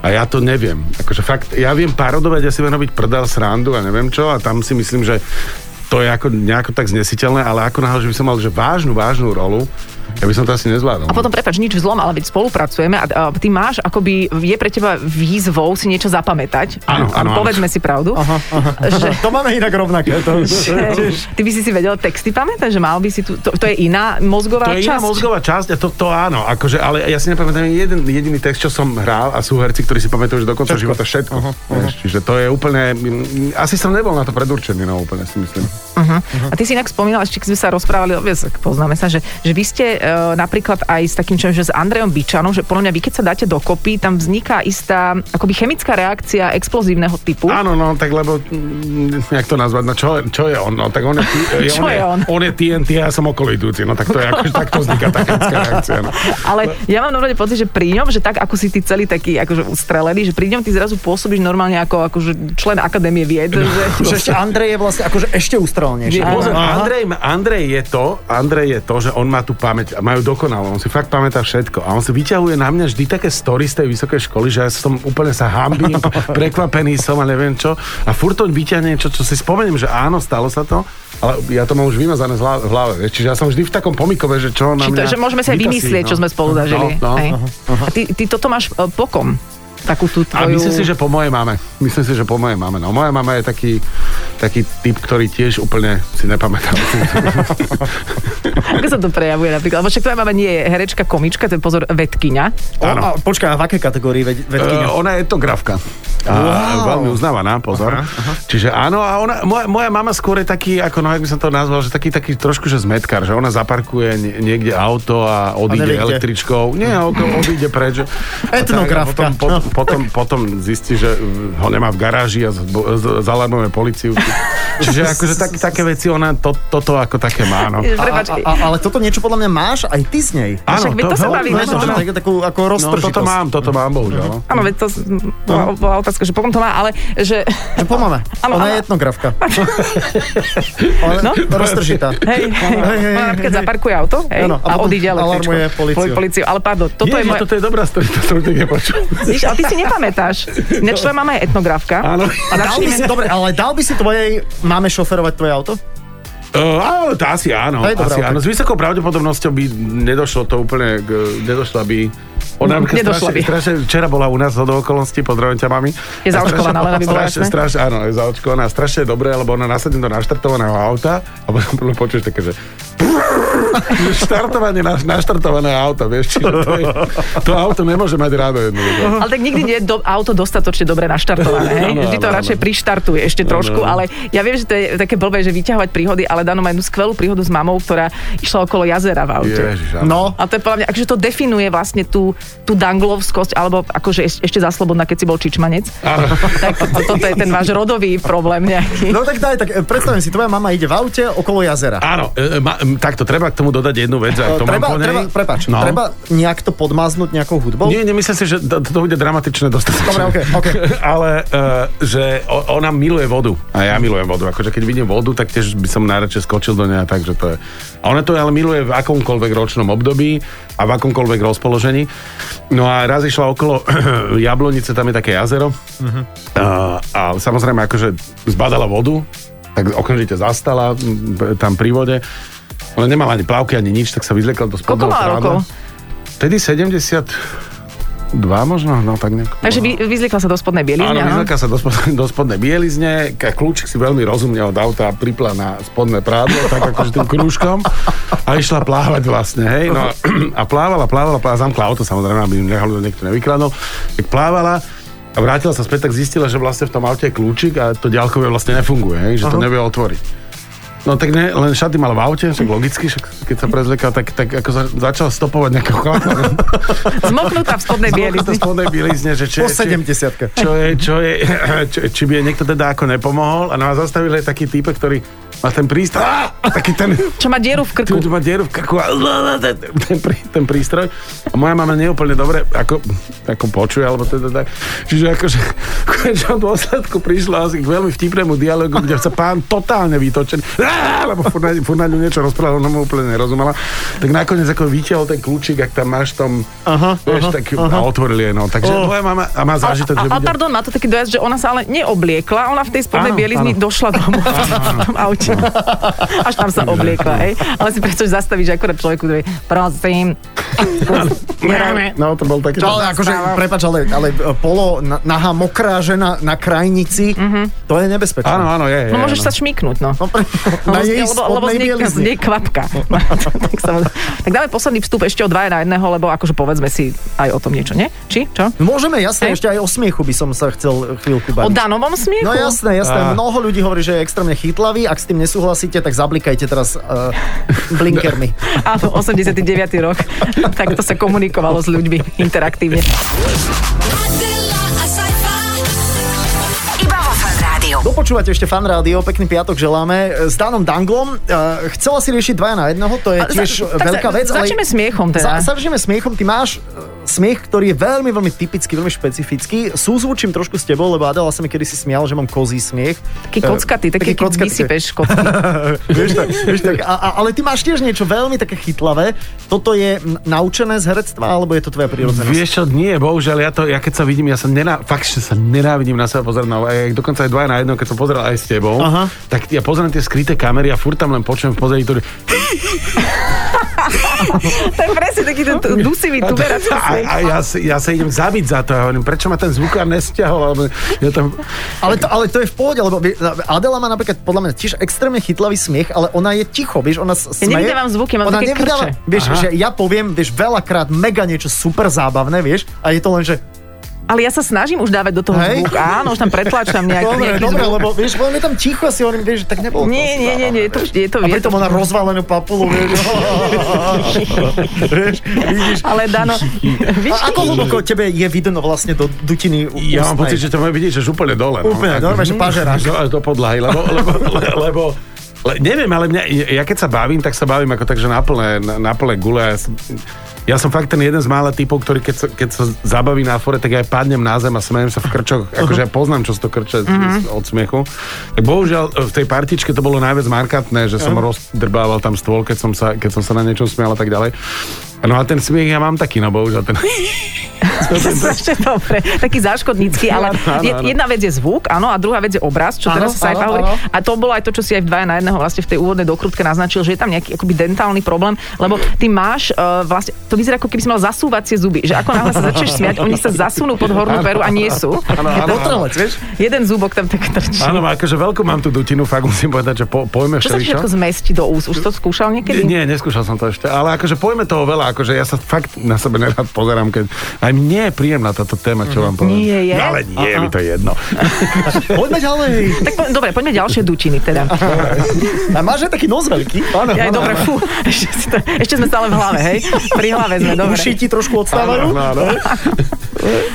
Speaker 4: A ja to neviem. Akože fakt, ja viem parodovať, ja si viem robiť prdel srandu a neviem čo a tam si myslím, že to je ako nejako tak znesiteľné, ale ako náhle, že by som mal že vážnu, vážnu rolu, ja by som to asi nezvládol.
Speaker 2: A potom, prepač, nič vzlom, ale veď spolupracujeme a, a ty máš, akoby je pre teba výzvou si niečo zapamätať. A-
Speaker 4: Áno,
Speaker 2: a
Speaker 4: áno, áno.
Speaker 2: Povedzme si pravdu. Aha, aha. Že,
Speaker 1: To máme inak rovnaké. To,
Speaker 2: že, ty by si si vedel texty pamätať, že mal by si tu, to, to je iná mozgová
Speaker 4: To je iná
Speaker 2: časť.
Speaker 4: mozgová časť a to, to áno, akože, ale ja si nepamätám ani jeden jediný text, čo som hral a sú herci, ktorí si pamätajú že do konca života všetko. Uh-huh, uh-huh. Čiže to je úplne, mm, asi som nebol na to predurčený, no úplne si myslím.
Speaker 2: Uh-huh. A ty si inak spomínal, ešte keď sme sa rozprávali, vieš, tak poznáme sa, že, že vy ste uh, napríklad aj s takým čom, že s Andrejom Byčanom, že podľa mňa vy keď sa dáte dokopy, tam vzniká istá akoby chemická reakcia explozívneho typu.
Speaker 4: Áno, no, tak lebo, mm, jak to nazvať, no čo, čo je on, no, tak on je, je,
Speaker 2: Čo je on?
Speaker 4: on je TNT a ja som okolo idúci, no tak to je akože, takto vzniká tá chemická reakcia, no.
Speaker 2: Ale ja mám normálne pocit, že pri ňom, že tak ako si ty celý taký akože ustrelený, že pri ňom ty zrazu pôsobíš normálne ako akože člen Akadémie vied. No,
Speaker 1: Že
Speaker 2: že,
Speaker 1: ešte Andrej je vlastne akože ešte ustrelnejší.
Speaker 4: Nie, pozor,
Speaker 1: Aha.
Speaker 4: Andrej, Andrej, je to, Andrej je to, že on má tú pamäť, a majú dokonalú, on si fakt pamätá všetko a on si vyťahuje na mňa vždy také story z tej vysokej školy, že ja som úplne sa hambím, prekvapený som a neviem čo a furt on vyťahne niečo, čo si spomeniem, že áno, stalo sa to, ale ja to mám už vymazané z hla- v hlave, vieš, čiže ja som vždy v takom pomikove, že čo na
Speaker 2: či to,
Speaker 4: mňa
Speaker 2: že môžeme si aj
Speaker 4: vytasí,
Speaker 2: vymyslieť, čo sme spolu zažili.
Speaker 4: No, no,
Speaker 2: hej? A ty, ty toto máš e, pokom. Takú tú
Speaker 4: A
Speaker 2: tvoju...
Speaker 4: myslím si, že po mojej mame. Myslím si, že po mojej mame. No, moja mama je taký, taký typ, ktorý tiež úplne si nepamätá.
Speaker 2: Ako sa to prejavuje napríklad? Lebo však tvoja mama nie je herečka, komička, to je pozor, vedkynia.
Speaker 1: O,
Speaker 4: Áno.
Speaker 1: a počkaj, a v akej kategórii ved, vedkynia?
Speaker 4: Uh, ona je etnografka. A wow. Veľmi uznávaná, pozor. Aha, aha. Čiže áno, a ona, moja, moja mama skôr je taký, ako no, jak by som to nazval, že taký, taký trošku, že zmetkar, že ona zaparkuje nie- niekde auto a
Speaker 1: nevie
Speaker 4: odíde
Speaker 1: kde.
Speaker 4: električkou. Nie, ako odíde preč.
Speaker 1: Etnografka.
Speaker 4: A tak, a Potom, potom, potom, potom zistí, že ho nemá v garáži a zbo- z- zalarmuje policiu. Čiže akože tak, také veci ona to, toto ako také má, no.
Speaker 1: A,
Speaker 2: Ježiš, Prepač,
Speaker 1: a, a, ale toto niečo podľa mňa máš aj ty z nej.
Speaker 2: však veď to sa
Speaker 4: veľmi-
Speaker 2: bavíme,
Speaker 4: veľmi-
Speaker 2: že to má-
Speaker 1: Máš takú, takú ako
Speaker 4: No,
Speaker 1: roztržitosť.
Speaker 4: toto mám, toto mám, bohužiaľ. no.
Speaker 2: Áno, veď to s- bola,
Speaker 1: No.
Speaker 2: bola otázka, že potom to má, ale že...
Speaker 1: Že No, pomáme.
Speaker 2: Áno,
Speaker 1: Ona
Speaker 2: áno.
Speaker 1: je etnografka. Ale
Speaker 2: No.
Speaker 1: roztržitá.
Speaker 2: Hej, hej,
Speaker 1: Hej, hej,
Speaker 2: ona napríklad
Speaker 1: hej.
Speaker 2: zaparkuje auto hej,
Speaker 1: Áno, a
Speaker 2: a,
Speaker 1: potom
Speaker 2: odíde električkou.
Speaker 1: alarmuje policiu.
Speaker 2: Poli- policiu. Ale pardon, toto je
Speaker 4: Ježiš,
Speaker 2: moje...
Speaker 4: toto je dobrá story, to som nikdy nepočul.
Speaker 2: Vidíš, ale ty si nepamätáš. Ináč tvoja mama je etnografka.
Speaker 4: Áno.
Speaker 2: A
Speaker 1: Dal by si,
Speaker 2: začneme...
Speaker 1: dobre, ale dal by si tvojej máme šoferovať tvoje auto?
Speaker 4: Uh, áno, to asi áno.
Speaker 1: To je dobrá
Speaker 4: asi
Speaker 1: opäť.
Speaker 4: áno. S vysokou pravdepodobnosťou by nedošlo to úplne, k, nedošla by... Ona napríklad
Speaker 2: Nedošla
Speaker 4: strašne,
Speaker 2: by.
Speaker 4: strašne, včera bola u nás do okolností, pozdravím ťa, mami.
Speaker 2: Je
Speaker 4: A
Speaker 2: zaočkovaná,
Speaker 4: strašne-
Speaker 2: len aby bolo
Speaker 4: strašne,
Speaker 2: jasné.
Speaker 4: strašne, áno, je zaočkovaná. Strašne dobre, lebo ona nasadí do naštartovaného auta a potom počuješ také, že štartovanie, na, naštartované auto, vieš, čiže to, je, to auto nemôže mať rádo jednoducho.
Speaker 2: Ale tak nikdy nie je do, auto dostatočne dobre naštartované. Hej?
Speaker 4: Áno,
Speaker 2: Vždy to
Speaker 4: áno,
Speaker 2: radšej
Speaker 4: áno.
Speaker 2: prištartuje ešte trošku, ale ja viem, že to je také blbé, že vyťahovať príhody, ale Dano má jednu skvelú príhodu s mamou, ktorá išla okolo jazera v aute.
Speaker 4: Ježiš, áno.
Speaker 1: No.
Speaker 2: A to je podľa mňa, akože to definuje vlastne tú, tú danglovskosť, alebo akože eš- ešte za slobodná, keď si bol čičmanec.
Speaker 4: Áno.
Speaker 2: Tak to, toto je ten váš rodový problém nejaký.
Speaker 1: No tak daj, tak e, predstavím si, tvoja mama ide v aute okolo jazera.
Speaker 4: Áno, e, ma, m, takto, treba k tomu dodať jednu vec. A
Speaker 1: E,
Speaker 4: to
Speaker 1: treba,
Speaker 4: mám po nej.
Speaker 1: treba, prepáč, no. treba nejak to podmáznúť nejakou hudbou?
Speaker 4: Nie, nemyslím si, že to, to bude dramatičné dostatočne.
Speaker 1: Dobre, okej, okej.
Speaker 4: Ale uh, že o- ona miluje vodu. A ja milujem vodu. Akože keď vidím vodu, tak tiež by som najradšej skočil do nej. a Tak, že to je. A ona to ale miluje v akomkoľvek ročnom období a v akomkoľvek rozpoložení. No a raz išla okolo Jablonice, tam je také jazero. Uh-huh. a samozrejme, akože zbadala vodu, tak okamžite zastala m, tam pri vode. Ona nemala ani plavky, ani nič, tak sa vyzlekla do
Speaker 2: Koľko
Speaker 4: spodného
Speaker 2: má
Speaker 4: prádla.
Speaker 2: rokov?
Speaker 4: Vtedy 70... dva možno, no tak nejako.
Speaker 2: Takže vy, vyzlikla sa do spodnej bielizne,
Speaker 4: Áno,
Speaker 2: áno?
Speaker 4: vyzleka sa do, spod, do spodnej bielizne, ka- kľúčik si veľmi rozumne od auta pripla na spodné prádlo, tak akože tým krúžkom a išla plávať vlastne, hej. No a, a plávala, plávala, plávala, zamkla auto samozrejme, aby im nechali niekto nevykradol, tak plávala a vrátila sa späť, tak zistila, že vlastne v tom aute je kľúčik a to ďalkové vlastne nefunguje, hej, že to nevie otvoriť. No tak ne, len šaty mal v aute, však logicky, však keď sa prezliekal, tak, tak ako za, začal stopovať nejakého chlapa.
Speaker 2: Zmoknutá v spodnej
Speaker 4: Bielizne.
Speaker 2: bielizni.
Speaker 4: spodnej bielizne, že či,
Speaker 1: Po
Speaker 4: či,
Speaker 1: 70
Speaker 4: čo je, čo je, čo, či by jej niekto teda ako nepomohol a nás zastavil aj taký týpek, ktorý má ten prístroj, á, taký ten,
Speaker 2: Čo má dieru v krku.
Speaker 4: tu má dieru v krku a ten, prí- ten prístroj. A moja mama neúplne dobre ako, ako počuje, alebo teda tak. Čiže akože v konečnom dôsledku prišla asi k veľmi vtipnému dialogu, kde sa pán totálne vytočený, "Á!" lebo furt na, furt na ňu niečo rozprával, ona mu úplne nerozumela. Tak nakoniec ako vytiahol ten kľúčik, ak tam máš v tom,
Speaker 1: Aha,
Speaker 4: vieš,
Speaker 1: aha,
Speaker 4: tak a otvorili jej, no. Takže
Speaker 1: Oh.
Speaker 4: moja mama a má zážitok, že
Speaker 2: A, a
Speaker 4: videl-
Speaker 2: pardon, má to taký dojazd, že ona sa ale neobliekla, ona v tej spodnej
Speaker 4: Áno,
Speaker 2: bielizni
Speaker 4: áno.
Speaker 2: došla domov v tom aute. Až tam sa obliekla, hej. Ale si predstav, že zastavíš akurát človeku, ktorý prosím,
Speaker 4: No, to bol taký...
Speaker 1: Čo, ale akože, prepač, ale, ale e, polo na- nahá mokrá žena na krajnici,
Speaker 2: Mhm.
Speaker 1: to je nebezpečné.
Speaker 4: Áno, áno, je.
Speaker 2: no
Speaker 4: je,
Speaker 2: môžeš
Speaker 4: no.
Speaker 2: sa šmiknúť, no.
Speaker 1: No, pre, na
Speaker 2: lebo,
Speaker 1: jej
Speaker 2: lebo, lebo
Speaker 1: spodnej
Speaker 2: znie,
Speaker 1: bielizni.
Speaker 2: znie kvapka. tak, sa, tak dáme posledný vstup ešte o dvaja na jedného, lebo akože povedzme si aj o tom niečo, nie? Či? Čo?
Speaker 1: Môžeme, jasne,
Speaker 2: Hej.
Speaker 1: ešte aj o smiechu by som sa chcel chvíľku
Speaker 2: O
Speaker 1: baviť.
Speaker 2: Danovom
Speaker 1: No
Speaker 2: smiechu?
Speaker 1: jasné, jasné.
Speaker 4: Á.
Speaker 1: Mnoho ľudí hovorí, že je extrémne chytlavý. Ak s tým nesúhlasíte, tak zablikajte teraz uh, blinkermi.
Speaker 2: Áno, 89. rok. tak to sa komunikovalo s ľuďmi interaktívne.
Speaker 3: Adela Asaifa.
Speaker 5: Iba vo Fan Rádiu.
Speaker 1: Dopočúvate No, ešte fan rádio, pekný piatok želáme. S Danom Danglom uh, chcela si riešiť dvaja na jedného, to je
Speaker 2: A za-
Speaker 1: tiež
Speaker 2: tak sa-
Speaker 1: veľká vec.
Speaker 2: začneme smiechom teda.
Speaker 1: Za, začneme smiechom, ty máš eh, smiech, ktorý je veľmi, veľmi typický, veľmi špecifický. Súzvučím trošku s tebou, lebo Adela sa mi kedy si smial, že mám kozí smiech. Eh,
Speaker 2: Taký kockatý, taký, taký kockatý. vysypeš kocky.
Speaker 1: vieš, tak, vieš, tak, a, a, ale ty máš tiež niečo veľmi také chytlavé. Toto je m, naučené z herectva, alebo je to tvoja prírodzenosť?
Speaker 4: Vieš čo, nie, bohužiaľ, ja to, ja keď sa vidím, ja sa nená, fakt, že sa nenávidím na seba pozerať, no, aj, dokonca aj dvaja na jedno, keď som pozeral aj s tebou,
Speaker 1: Aha.
Speaker 4: tak ja pozerám tie skryté kamery a furt tam len počujem v pozadí, ktorý...
Speaker 2: to je presne taký ten t- dusivý tuberačný
Speaker 4: a,
Speaker 2: smiech.
Speaker 4: a ja, si- ja, sa idem zabiť za to, ja hovorím, prečo ma ten zvukár nestiahol, alebo ja tam...
Speaker 1: Ale to, ale to je v pohode, lebo vie- Adela má napríklad podľa mňa tiež extrémne chytlavý smiech, ale ona je ticho, vieš, ona s-
Speaker 2: Ja
Speaker 1: smeje.
Speaker 2: nevydávam zvuky, mám
Speaker 1: ona
Speaker 2: také
Speaker 1: nevydáva-
Speaker 2: krče.
Speaker 1: Vieš,
Speaker 4: Aha.
Speaker 1: že ja poviem, vieš, veľakrát mega niečo super zábavné, vieš, a je to len, že
Speaker 2: Ale ja sa snažím už dávať do toho
Speaker 1: Hej.
Speaker 2: zvuk. Áno, už tam pretláčam nejaký,
Speaker 1: dobre,
Speaker 2: nejaký
Speaker 1: dobre,
Speaker 2: zvuk.
Speaker 1: lebo vieš, veľmi tam ticho a si hovorím, vieš, že tak nebolo. to
Speaker 2: Nie, nie, nie, nie, je to, je to,
Speaker 1: A
Speaker 2: je to,
Speaker 1: pritom ona rozvalenú papulu, vieš. vieš, vidíš.
Speaker 2: ale Dano, víš,
Speaker 1: A ako hlboko tebe je vidno vlastne do dutiny ú-
Speaker 4: Ja
Speaker 1: ústnej?
Speaker 4: mám pocit, že to majú vidieť, že už úplne dole. No.
Speaker 1: Úplne,
Speaker 4: Ako-
Speaker 1: normálne, že pažeráš.
Speaker 4: Do, do podlahy, lebo, lebo, le- lebo le, neviem, ale mňa, ja keď sa bavím, tak sa bavím ako tak, že na plné, na, na plné gule. Ja som, ja som fakt ten jeden z mála typov, ktorý keď sa, keď sa zabaví na fore, tak ja aj padnem na zem a smejem sa v krčoch. Akože ja poznám, čo z to
Speaker 1: Mhm.
Speaker 4: krče mm-hmm. od smiechu. Tak bohužiaľ v tej partičke to bolo najviac markantné, že
Speaker 1: Mhm.
Speaker 4: som rozdrbával tam stôl, keď som sa, keď som sa na niečom smial a tak ďalej. No a ten smiech ja mám taký, no bohužiaľ ten...
Speaker 2: strašne dobre, taký záškodnícky, ale
Speaker 4: Áno, áno,
Speaker 2: je-
Speaker 4: áno.
Speaker 2: jedna vec je zvuk, áno, a druhá vec je obraz, čo
Speaker 1: Áno,
Speaker 2: teraz sa aj
Speaker 1: áno,
Speaker 2: hovorí.
Speaker 1: áno.
Speaker 2: A to bolo aj to, čo si aj v dvaja na jedného vlastne v tej úvodnej dokrutke naznačil, že je tam nejaký akoby dentálny problém, lebo ty máš uh, vlastne, to vyzerá ako keby si mal zasúvacie zuby, že ako náhle sa začneš smiať, oni sa zasunú pod hornú peru a nie sú.
Speaker 4: Áno, áno, áno.
Speaker 1: Potrelec, vieš?
Speaker 2: Jeden zúbok tam tak trčí.
Speaker 4: Áno, akože veľkú mám tú dutinu, fakt musím povedať, že po, pojme
Speaker 2: Čo sa ti
Speaker 4: všeličo.
Speaker 2: všetko zmestí do úst? Už to skúšal niekedy?
Speaker 4: Nie, neskúšal som to ešte, ale akože pojme toho veľa, akože ja sa fakt na sebe nerad pozerám, keď aj mne je príjemná táto téma, čo vám poviem.
Speaker 2: Mhm. Nie je?
Speaker 4: No, ale nie, je mi to jedno.
Speaker 1: Poďme ďalej.
Speaker 2: Tak po, dobre, poďme ďalšie dutiny teda.
Speaker 1: A máš aj taký nos veľký? Áno.
Speaker 2: Ja, dobre, fú, ešte, si to, ešte sme stále v hlave, hej? Pri hlave sme, dobre.
Speaker 1: Uši ti trošku odstávajú.
Speaker 4: Áno, áno.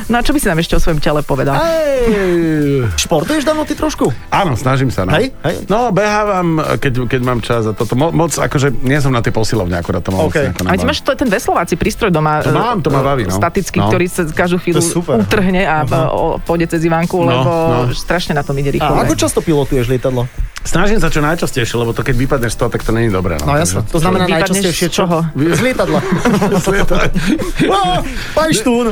Speaker 2: No a čo by si nám ešte o svojom tele povedal?
Speaker 4: Ej.
Speaker 1: Športuješ, Dano, ty trošku?
Speaker 4: Áno, snažím sa. No.
Speaker 1: Hej, hej.
Speaker 4: No, behávam, keď, keď mám čas a toto. Mo, moc, akože nie som na tie posilovne, akurát to
Speaker 1: OK.
Speaker 4: mám moc. nejako
Speaker 2: A ty
Speaker 4: nabaví.
Speaker 2: máš to, ten veslovací prístroj doma.
Speaker 4: To mám, to ma
Speaker 2: e,
Speaker 4: baví, no.
Speaker 2: Statický,
Speaker 4: No.
Speaker 2: ktorý sa každú chvíľu
Speaker 1: To je super.
Speaker 2: utrhne a e, o, pôjde cez Ivánku,
Speaker 4: Mhm. No,
Speaker 2: lebo
Speaker 4: no.
Speaker 2: strašne na tom ide rýchlo.
Speaker 1: A ako často pilotuješ lietadlo?
Speaker 4: Snažím sa čo najčastejšie, lebo to keď vypadneš z toho, tak to není dobré. No,
Speaker 1: No jasno, to znamená
Speaker 2: Vypadneš
Speaker 1: najčastejšie
Speaker 2: z čoho?
Speaker 1: Z lietadla. Á, Pán Štún,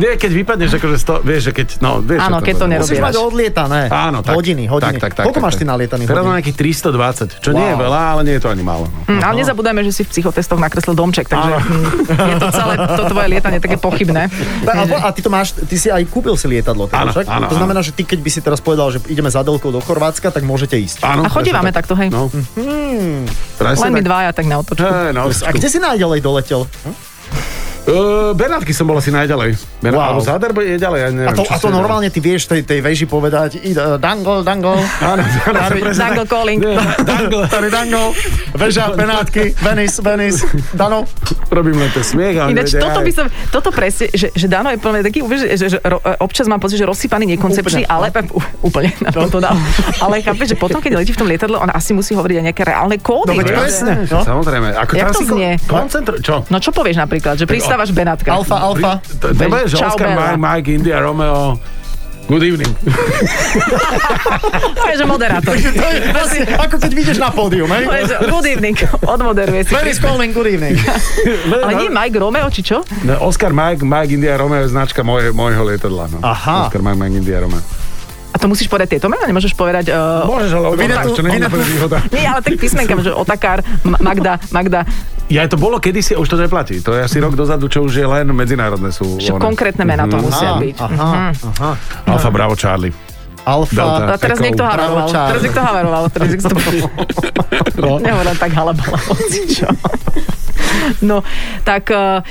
Speaker 4: Nie, keď vypadneš akože z toho, vieš, že keď, no, vieš.
Speaker 2: Áno,
Speaker 4: čo to
Speaker 2: keď to
Speaker 4: bolo.
Speaker 2: nerobíš.
Speaker 1: musíš mať odlietané.
Speaker 4: Áno, tak.
Speaker 1: Hodiny, hodiny.
Speaker 4: Tak, tak, tak,
Speaker 1: Koľko
Speaker 4: tak,
Speaker 1: máš
Speaker 4: tak.
Speaker 1: ty nalietaných
Speaker 4: Teraz mám
Speaker 1: hodín?
Speaker 4: nejakých 320, čo nie je
Speaker 1: Wow.
Speaker 4: veľa, ale nie je to ani málo. No.
Speaker 2: Mm, ale nezabúdajme, že si v psychotestoch nakreslil domček, takže mm, je to celé to tvoje lietanie také pochybné.
Speaker 4: No,
Speaker 1: A, a- a ty to máš, ty si aj kúpil si lietadlo. teda
Speaker 4: Áno,
Speaker 1: však?
Speaker 4: áno,
Speaker 1: to znamená, že ty keď by si teraz povedal, že ideme za Delkou do Chorvátska, tak môžete ísť.
Speaker 2: A
Speaker 4: Áno,
Speaker 2: chodívame
Speaker 4: presne
Speaker 2: takto, hej.
Speaker 4: No.
Speaker 1: Mhm.
Speaker 4: Presne
Speaker 2: Len my
Speaker 4: tak.
Speaker 2: dvaja tak na otočku.
Speaker 4: Hej, no, na
Speaker 1: A kde si najďalej doletel?
Speaker 4: Uh, Bernátky som bol asi najďalej. Bernát,
Speaker 1: E, Wow.
Speaker 4: wow. Alebo záder bude je ďalej, ja neviem.
Speaker 1: A to, a
Speaker 4: čo si
Speaker 1: to
Speaker 4: dal.
Speaker 1: normálne ty vieš tej, tej veži povedať, id, uh, dangle, dangle,
Speaker 4: Áno, áno,
Speaker 2: Darby-
Speaker 4: presne tak.
Speaker 2: Dangle calling.
Speaker 4: Nie, dangle.
Speaker 1: tady dangle, veža, penátky, Venice, Venice, Dano.
Speaker 4: Robím len ten smiech. ale
Speaker 2: Ináč,
Speaker 4: nevede,
Speaker 2: toto
Speaker 4: aj.
Speaker 2: by som, toto presne, že, že Dano je plne taký, vieš, že, že ro, občas mám pocit, že rozsypaný nekoncepčný,
Speaker 1: Úplne. no.
Speaker 2: ale ú, úplne na tom to dal. Ale chápeš, že potom, keď letí v tom lietadle, on asi musí hovoriť aj nejaké reálne kódy.
Speaker 1: veď
Speaker 2: vieš?
Speaker 1: presne. no.
Speaker 4: Samozrejme. Ako
Speaker 2: Jak
Speaker 4: teraz
Speaker 2: to
Speaker 4: si ko-
Speaker 2: znie?
Speaker 4: Koncentr... Čo?
Speaker 2: No čo povieš napríklad, že pristávaš v Benátkach?
Speaker 1: Alfa, alfa.
Speaker 4: To- Teba je, že
Speaker 2: Čau,
Speaker 4: Oscar,
Speaker 2: Bella.
Speaker 4: Mike, Mike, India, Romeo. Good evening.
Speaker 2: To je, že moderátor.
Speaker 1: To je asi ako keď vidíš na pódium,
Speaker 2: To je,
Speaker 1: hej?
Speaker 2: že good evening, odmoderuje si.
Speaker 1: Venice calling, good evening.
Speaker 2: Ale nie Mike Romeo, či čo?
Speaker 4: No, Oscar, Mike, Mike, India, Romeo je značka moje, mojho lietadla. No.
Speaker 1: Aha.
Speaker 4: Oscar, Mike, Mike, India, Romeo.
Speaker 2: A to musíš povedať tieto mená, nemôžeš povedať... Uh,
Speaker 4: Môžeš, ale
Speaker 1: Vinetu-
Speaker 4: čo nie je
Speaker 1: Vinetu-
Speaker 4: úplne výhoda.
Speaker 2: nie, ale tak písmenkam, že Otakar, Ma- Magda, Magda,
Speaker 4: Ja to bolo kedysi, už to neplatí. To je asi rok dozadu, čo už je len medzinárodné sú.
Speaker 2: že
Speaker 4: one. Mhm.
Speaker 2: konkrétne mená to musia
Speaker 1: Aha,
Speaker 2: byť. Mhm.
Speaker 1: aha, aha.
Speaker 4: Alfa, Bravo, Charlie.
Speaker 1: Alfa,
Speaker 4: Delta.
Speaker 2: A teraz
Speaker 4: Takou-
Speaker 2: niekto havaroval.
Speaker 1: Pravočár.
Speaker 2: Teraz niekto havaroval. Teraz niekto...
Speaker 4: No.
Speaker 2: Nehovorím tak halabala, hocičo. No, tak, uh,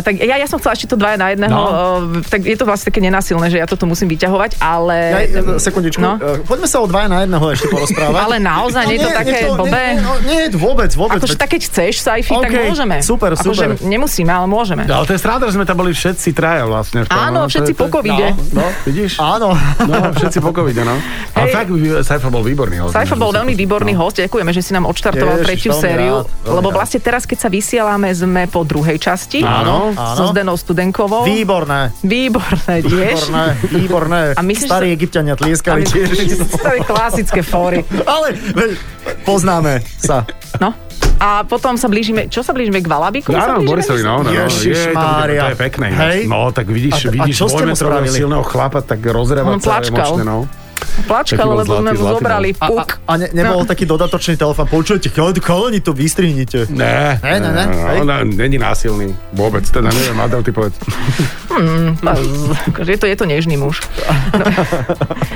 Speaker 2: tak ja, ja som chcela ešte to dvaja na jedného,
Speaker 4: No.
Speaker 2: no. uh, tak je to vlastne také nenasilné, že ja toto musím vyťahovať, ale...
Speaker 1: Ja, ja, sekundičku.
Speaker 2: No.
Speaker 1: No? Poďme sa o dva na jedného ešte porozprávať.
Speaker 2: Ale naozaj, nie je to také
Speaker 1: nie-
Speaker 2: blbé?
Speaker 1: Nie, no, nie, vôbec, vôbec.
Speaker 2: Akože
Speaker 1: veď-
Speaker 2: tak, keď chceš sci-fi, tak
Speaker 1: Okej,
Speaker 2: môžeme.
Speaker 1: super,
Speaker 2: akože
Speaker 1: super.
Speaker 2: nemusíme, ale môžeme.
Speaker 4: No, Ale to je sráda, že sme tam boli všetci traja vlastne. v tom,
Speaker 2: Áno,
Speaker 4: no, to
Speaker 2: všetci
Speaker 4: je- to
Speaker 2: po
Speaker 4: je-
Speaker 2: covide.
Speaker 4: No, vidíš?
Speaker 1: Áno.
Speaker 4: No, všetci po covide, no. Ale
Speaker 2: Hej.
Speaker 4: tak Saifa bol výborný. No. host.
Speaker 2: Saifa bol veľmi výborný host, ďakujeme, že si nám odštartoval
Speaker 4: Ježiš,
Speaker 2: tretiu
Speaker 1: veľmi
Speaker 2: sériu,
Speaker 1: rád, veľmi
Speaker 2: lebo
Speaker 1: rád.
Speaker 2: vlastne teraz, keď sa vysielame, sme po druhej časti.
Speaker 4: Áno.
Speaker 2: So
Speaker 1: Áno.
Speaker 2: Zdenou Studenkovou.
Speaker 1: Výborné.
Speaker 2: Výborné, tiež.
Speaker 1: Výborné, výborné.
Speaker 2: A myslíš, že-
Speaker 1: Starí egyptiania tlieskali tiež.
Speaker 2: To je klasické fóry.
Speaker 1: Ale veď, poznáme sa.
Speaker 2: No. A potom sa blížime, čo sa blížime k Valabiku? sa
Speaker 4: Áno,
Speaker 2: blížime?
Speaker 4: Borisovi, no, no, no.
Speaker 1: Ježiš
Speaker 4: Je, to bude-
Speaker 1: Mária.
Speaker 4: To je pekné.
Speaker 1: Hej.
Speaker 4: No, tak
Speaker 1: A-
Speaker 4: vidíš,
Speaker 1: a
Speaker 4: vidíš
Speaker 1: čo ste mu
Speaker 4: dvojmetrového
Speaker 1: spravili?
Speaker 4: silného chlapa, tak
Speaker 2: On
Speaker 4: rozrevať sa
Speaker 2: plačkal.
Speaker 4: emočne, no.
Speaker 2: Plačka,
Speaker 4: Taký bol
Speaker 2: lebo sme
Speaker 4: zlatý, no.
Speaker 2: mu
Speaker 4: zlatý
Speaker 2: zobrali
Speaker 1: A, a,
Speaker 2: puk. No.
Speaker 1: a ne, nebol taký dodatočný telefón. Počujete, chalani, to vystrihnite.
Speaker 4: Ne,
Speaker 1: Ne, ne, ne. Hej.
Speaker 4: On není násilný. Vôbec, teda neviem, Adel, ty povedz.
Speaker 2: A z- akože Je to, je to nežný muž. No.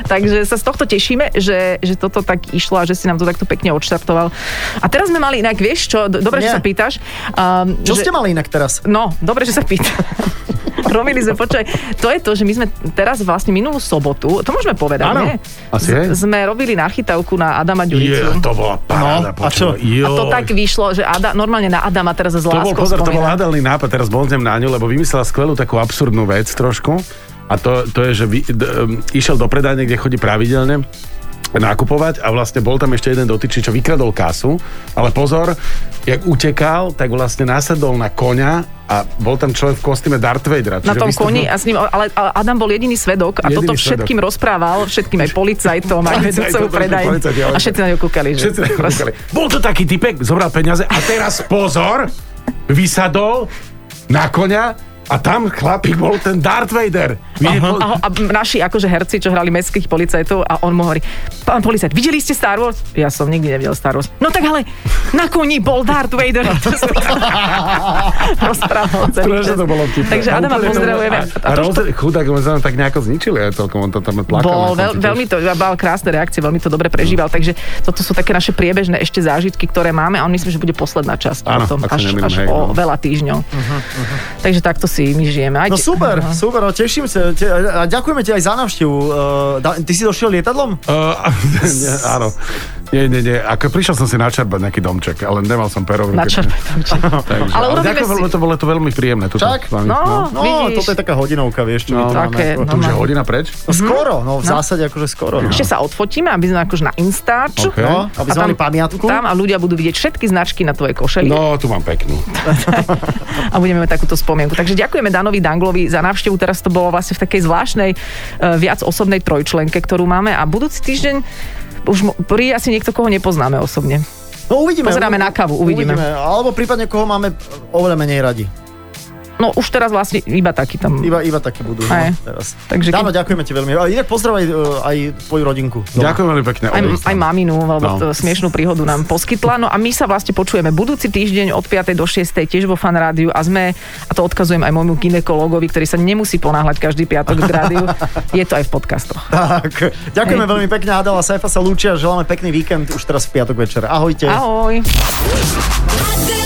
Speaker 2: Takže sa z tohto tešíme, že, že toto tak išlo a že si nám to takto pekne odštartoval. A teraz sme mali inak, vieš čo, do- dobre, že
Speaker 1: Nie.
Speaker 2: sa pýtaš. Um,
Speaker 1: Čo
Speaker 2: že,
Speaker 1: ste mali inak teraz?
Speaker 2: No, dobre, že sa pýta. Robili sme, počkaj, to je to, že my sme teraz vlastne minulú sobotu, to môžeme povedať,
Speaker 4: Áno,
Speaker 2: nie?
Speaker 4: asi je.
Speaker 2: Z, sme robili nachytavku na Adama
Speaker 4: Je,
Speaker 2: Ďuricu.
Speaker 4: to bola
Speaker 1: No,
Speaker 4: paráda.
Speaker 1: a čo?
Speaker 4: počúvaj. Joj.
Speaker 2: A to tak vyšlo, že Ada, normálne na Adama teraz s
Speaker 4: To bol,
Speaker 2: láskou
Speaker 4: pozor, to bol
Speaker 2: spomína.
Speaker 4: hádalný nápad, teraz bonzem na ňu, lebo vymyslela skvelú takú absurdnú vec trošku. A to, to je, že vy, d, um, išiel do predajne, kde chodí pravidelne nakupovať a vlastne bol tam ešte jeden dotyčný, čo vykradol kasu, ale pozor, jak utekal, tak vlastne nasadol na konia a bol tam človek v kostýme Darth Vadera.
Speaker 2: na
Speaker 4: čiže
Speaker 2: tom koni
Speaker 4: vystúpil-
Speaker 2: a s ním, ale ale Adam bol jediný svedok a
Speaker 4: Jediný
Speaker 2: toto všetkým
Speaker 4: svedok.
Speaker 2: rozprával, všetkým aj policajtom, aj
Speaker 4: Policajtom,
Speaker 2: cudcovú
Speaker 4: všetkým
Speaker 2: predaj.
Speaker 4: policajti, ja
Speaker 2: A všetci na ňu kúkali. Že?
Speaker 4: Všetci na ňu kúkali. Bol to taký typek, zobral peniaze a teraz pozor, vysadol na konia a tam chlapík bol ten Darth Vader. Vidíte, bol-
Speaker 2: A, ho, a naši akože herci, čo hrali mestských policajtov a on mu hovorí, pán policajt, videli ste Star Wars? Ja som nikdy nevidel Star Wars. No tak ale na koni bol Darth Vader. Rozprával celý
Speaker 4: Strašne
Speaker 2: čas.
Speaker 4: to bolo vtipné.
Speaker 2: Takže
Speaker 4: A
Speaker 2: Adama
Speaker 4: úplne to-
Speaker 2: pozdravujeme. A
Speaker 4: A, a,
Speaker 2: to už
Speaker 4: rozde, chudák, my sme ho tak nejako zničili aj celkom, on to tam plakal.
Speaker 2: Bol,
Speaker 4: na
Speaker 2: veľ,
Speaker 4: konci tiež.
Speaker 2: veľmi to, mal krásne reakcie, veľmi to dobre prežíval, takže toto sú také naše priebežné ešte zážitky, ktoré máme a on myslím, že bude posledná časť
Speaker 4: Áno,
Speaker 2: o tom,
Speaker 4: ak sa
Speaker 2: až,
Speaker 4: nemýlim,
Speaker 2: až
Speaker 4: hej,
Speaker 2: o
Speaker 4: no. Mhm,
Speaker 2: veľa týždňov. Takže takto si my žijeme. Aj
Speaker 1: No
Speaker 2: te-
Speaker 1: super,
Speaker 2: Aha.
Speaker 1: super, no teším sa. Te, a ďakujeme ti aj za návštevu. Uh, da, ty si došiel lietadlom?
Speaker 4: Uh, nie, áno. Nie, nie, nie. Ako prišiel som si načerbať nejaký domček, ale nemal som pero v ruke.
Speaker 2: Načerpaj tam, čo-
Speaker 4: Takže,
Speaker 2: Ale urobíme
Speaker 4: ďakujem,
Speaker 2: si-
Speaker 4: veľmi, to bolo to veľmi príjemné. Tuto,
Speaker 1: Čak?
Speaker 4: s vami.
Speaker 2: No,
Speaker 1: No,
Speaker 2: vidíš.
Speaker 1: toto je taká hodinovka, vieš, čo
Speaker 4: No,
Speaker 1: no,
Speaker 2: také,
Speaker 1: máme.
Speaker 4: To už je
Speaker 2: No.
Speaker 4: hodina preč?
Speaker 1: Skoro, no v zásade akože skoro. No.
Speaker 2: Ešte sa odfotíme, aby sme akože na Instač.
Speaker 4: OK.
Speaker 1: No, aby sme
Speaker 2: A tam-
Speaker 1: mali pamiatku.
Speaker 2: Tam a ľudia budú vidieť všetky značky na tvojej košeli
Speaker 4: No, tu mám peknú.
Speaker 2: a budeme mať takúto spomienku. Takže ďakujeme Danovi Danglovi za návštevu. Teraz e, to bolo vlastne v takej zvláštnej, eh, viac osobnej trojčlenke, ktorú máme a budúci týždeň už mo- príde asi niekto, koho nepoznáme osobne.
Speaker 1: No uvidíme.
Speaker 2: Pozeráme na kavu, uvidíme.
Speaker 1: Alebo prípadne koho máme oveľa menej radi.
Speaker 2: No už teraz vlastne iba taký tam.
Speaker 1: Iba, iba takí budú.
Speaker 2: Aj.
Speaker 1: No, teraz.
Speaker 2: Takže
Speaker 1: Dáno,
Speaker 2: keď-
Speaker 1: ďakujeme ti veľmi. A inak pozdrav aj, e, aj tvoju rodinku. No. Doma.
Speaker 4: Ďakujem veľmi pekne.
Speaker 2: Aj,
Speaker 4: Olej.
Speaker 2: aj maminu, alebo no.
Speaker 4: No.
Speaker 2: smiešnú príhodu nám poskytla. No a my sa vlastne počujeme budúci týždeň od 5. do 6. tiež vo Fan Rádiu a sme, a to odkazujem aj môjmu ginekologovi, ktorý sa nemusí ponáhľať každý piatok k rádiu, je to aj v podcastoch.
Speaker 1: Tak, ďakujeme veľmi pekne. Adela Saifa sa lúčia. Želáme pekný víkend už teraz v piatok večer. Ahojte.
Speaker 2: Ahoj.
Speaker 3: Adela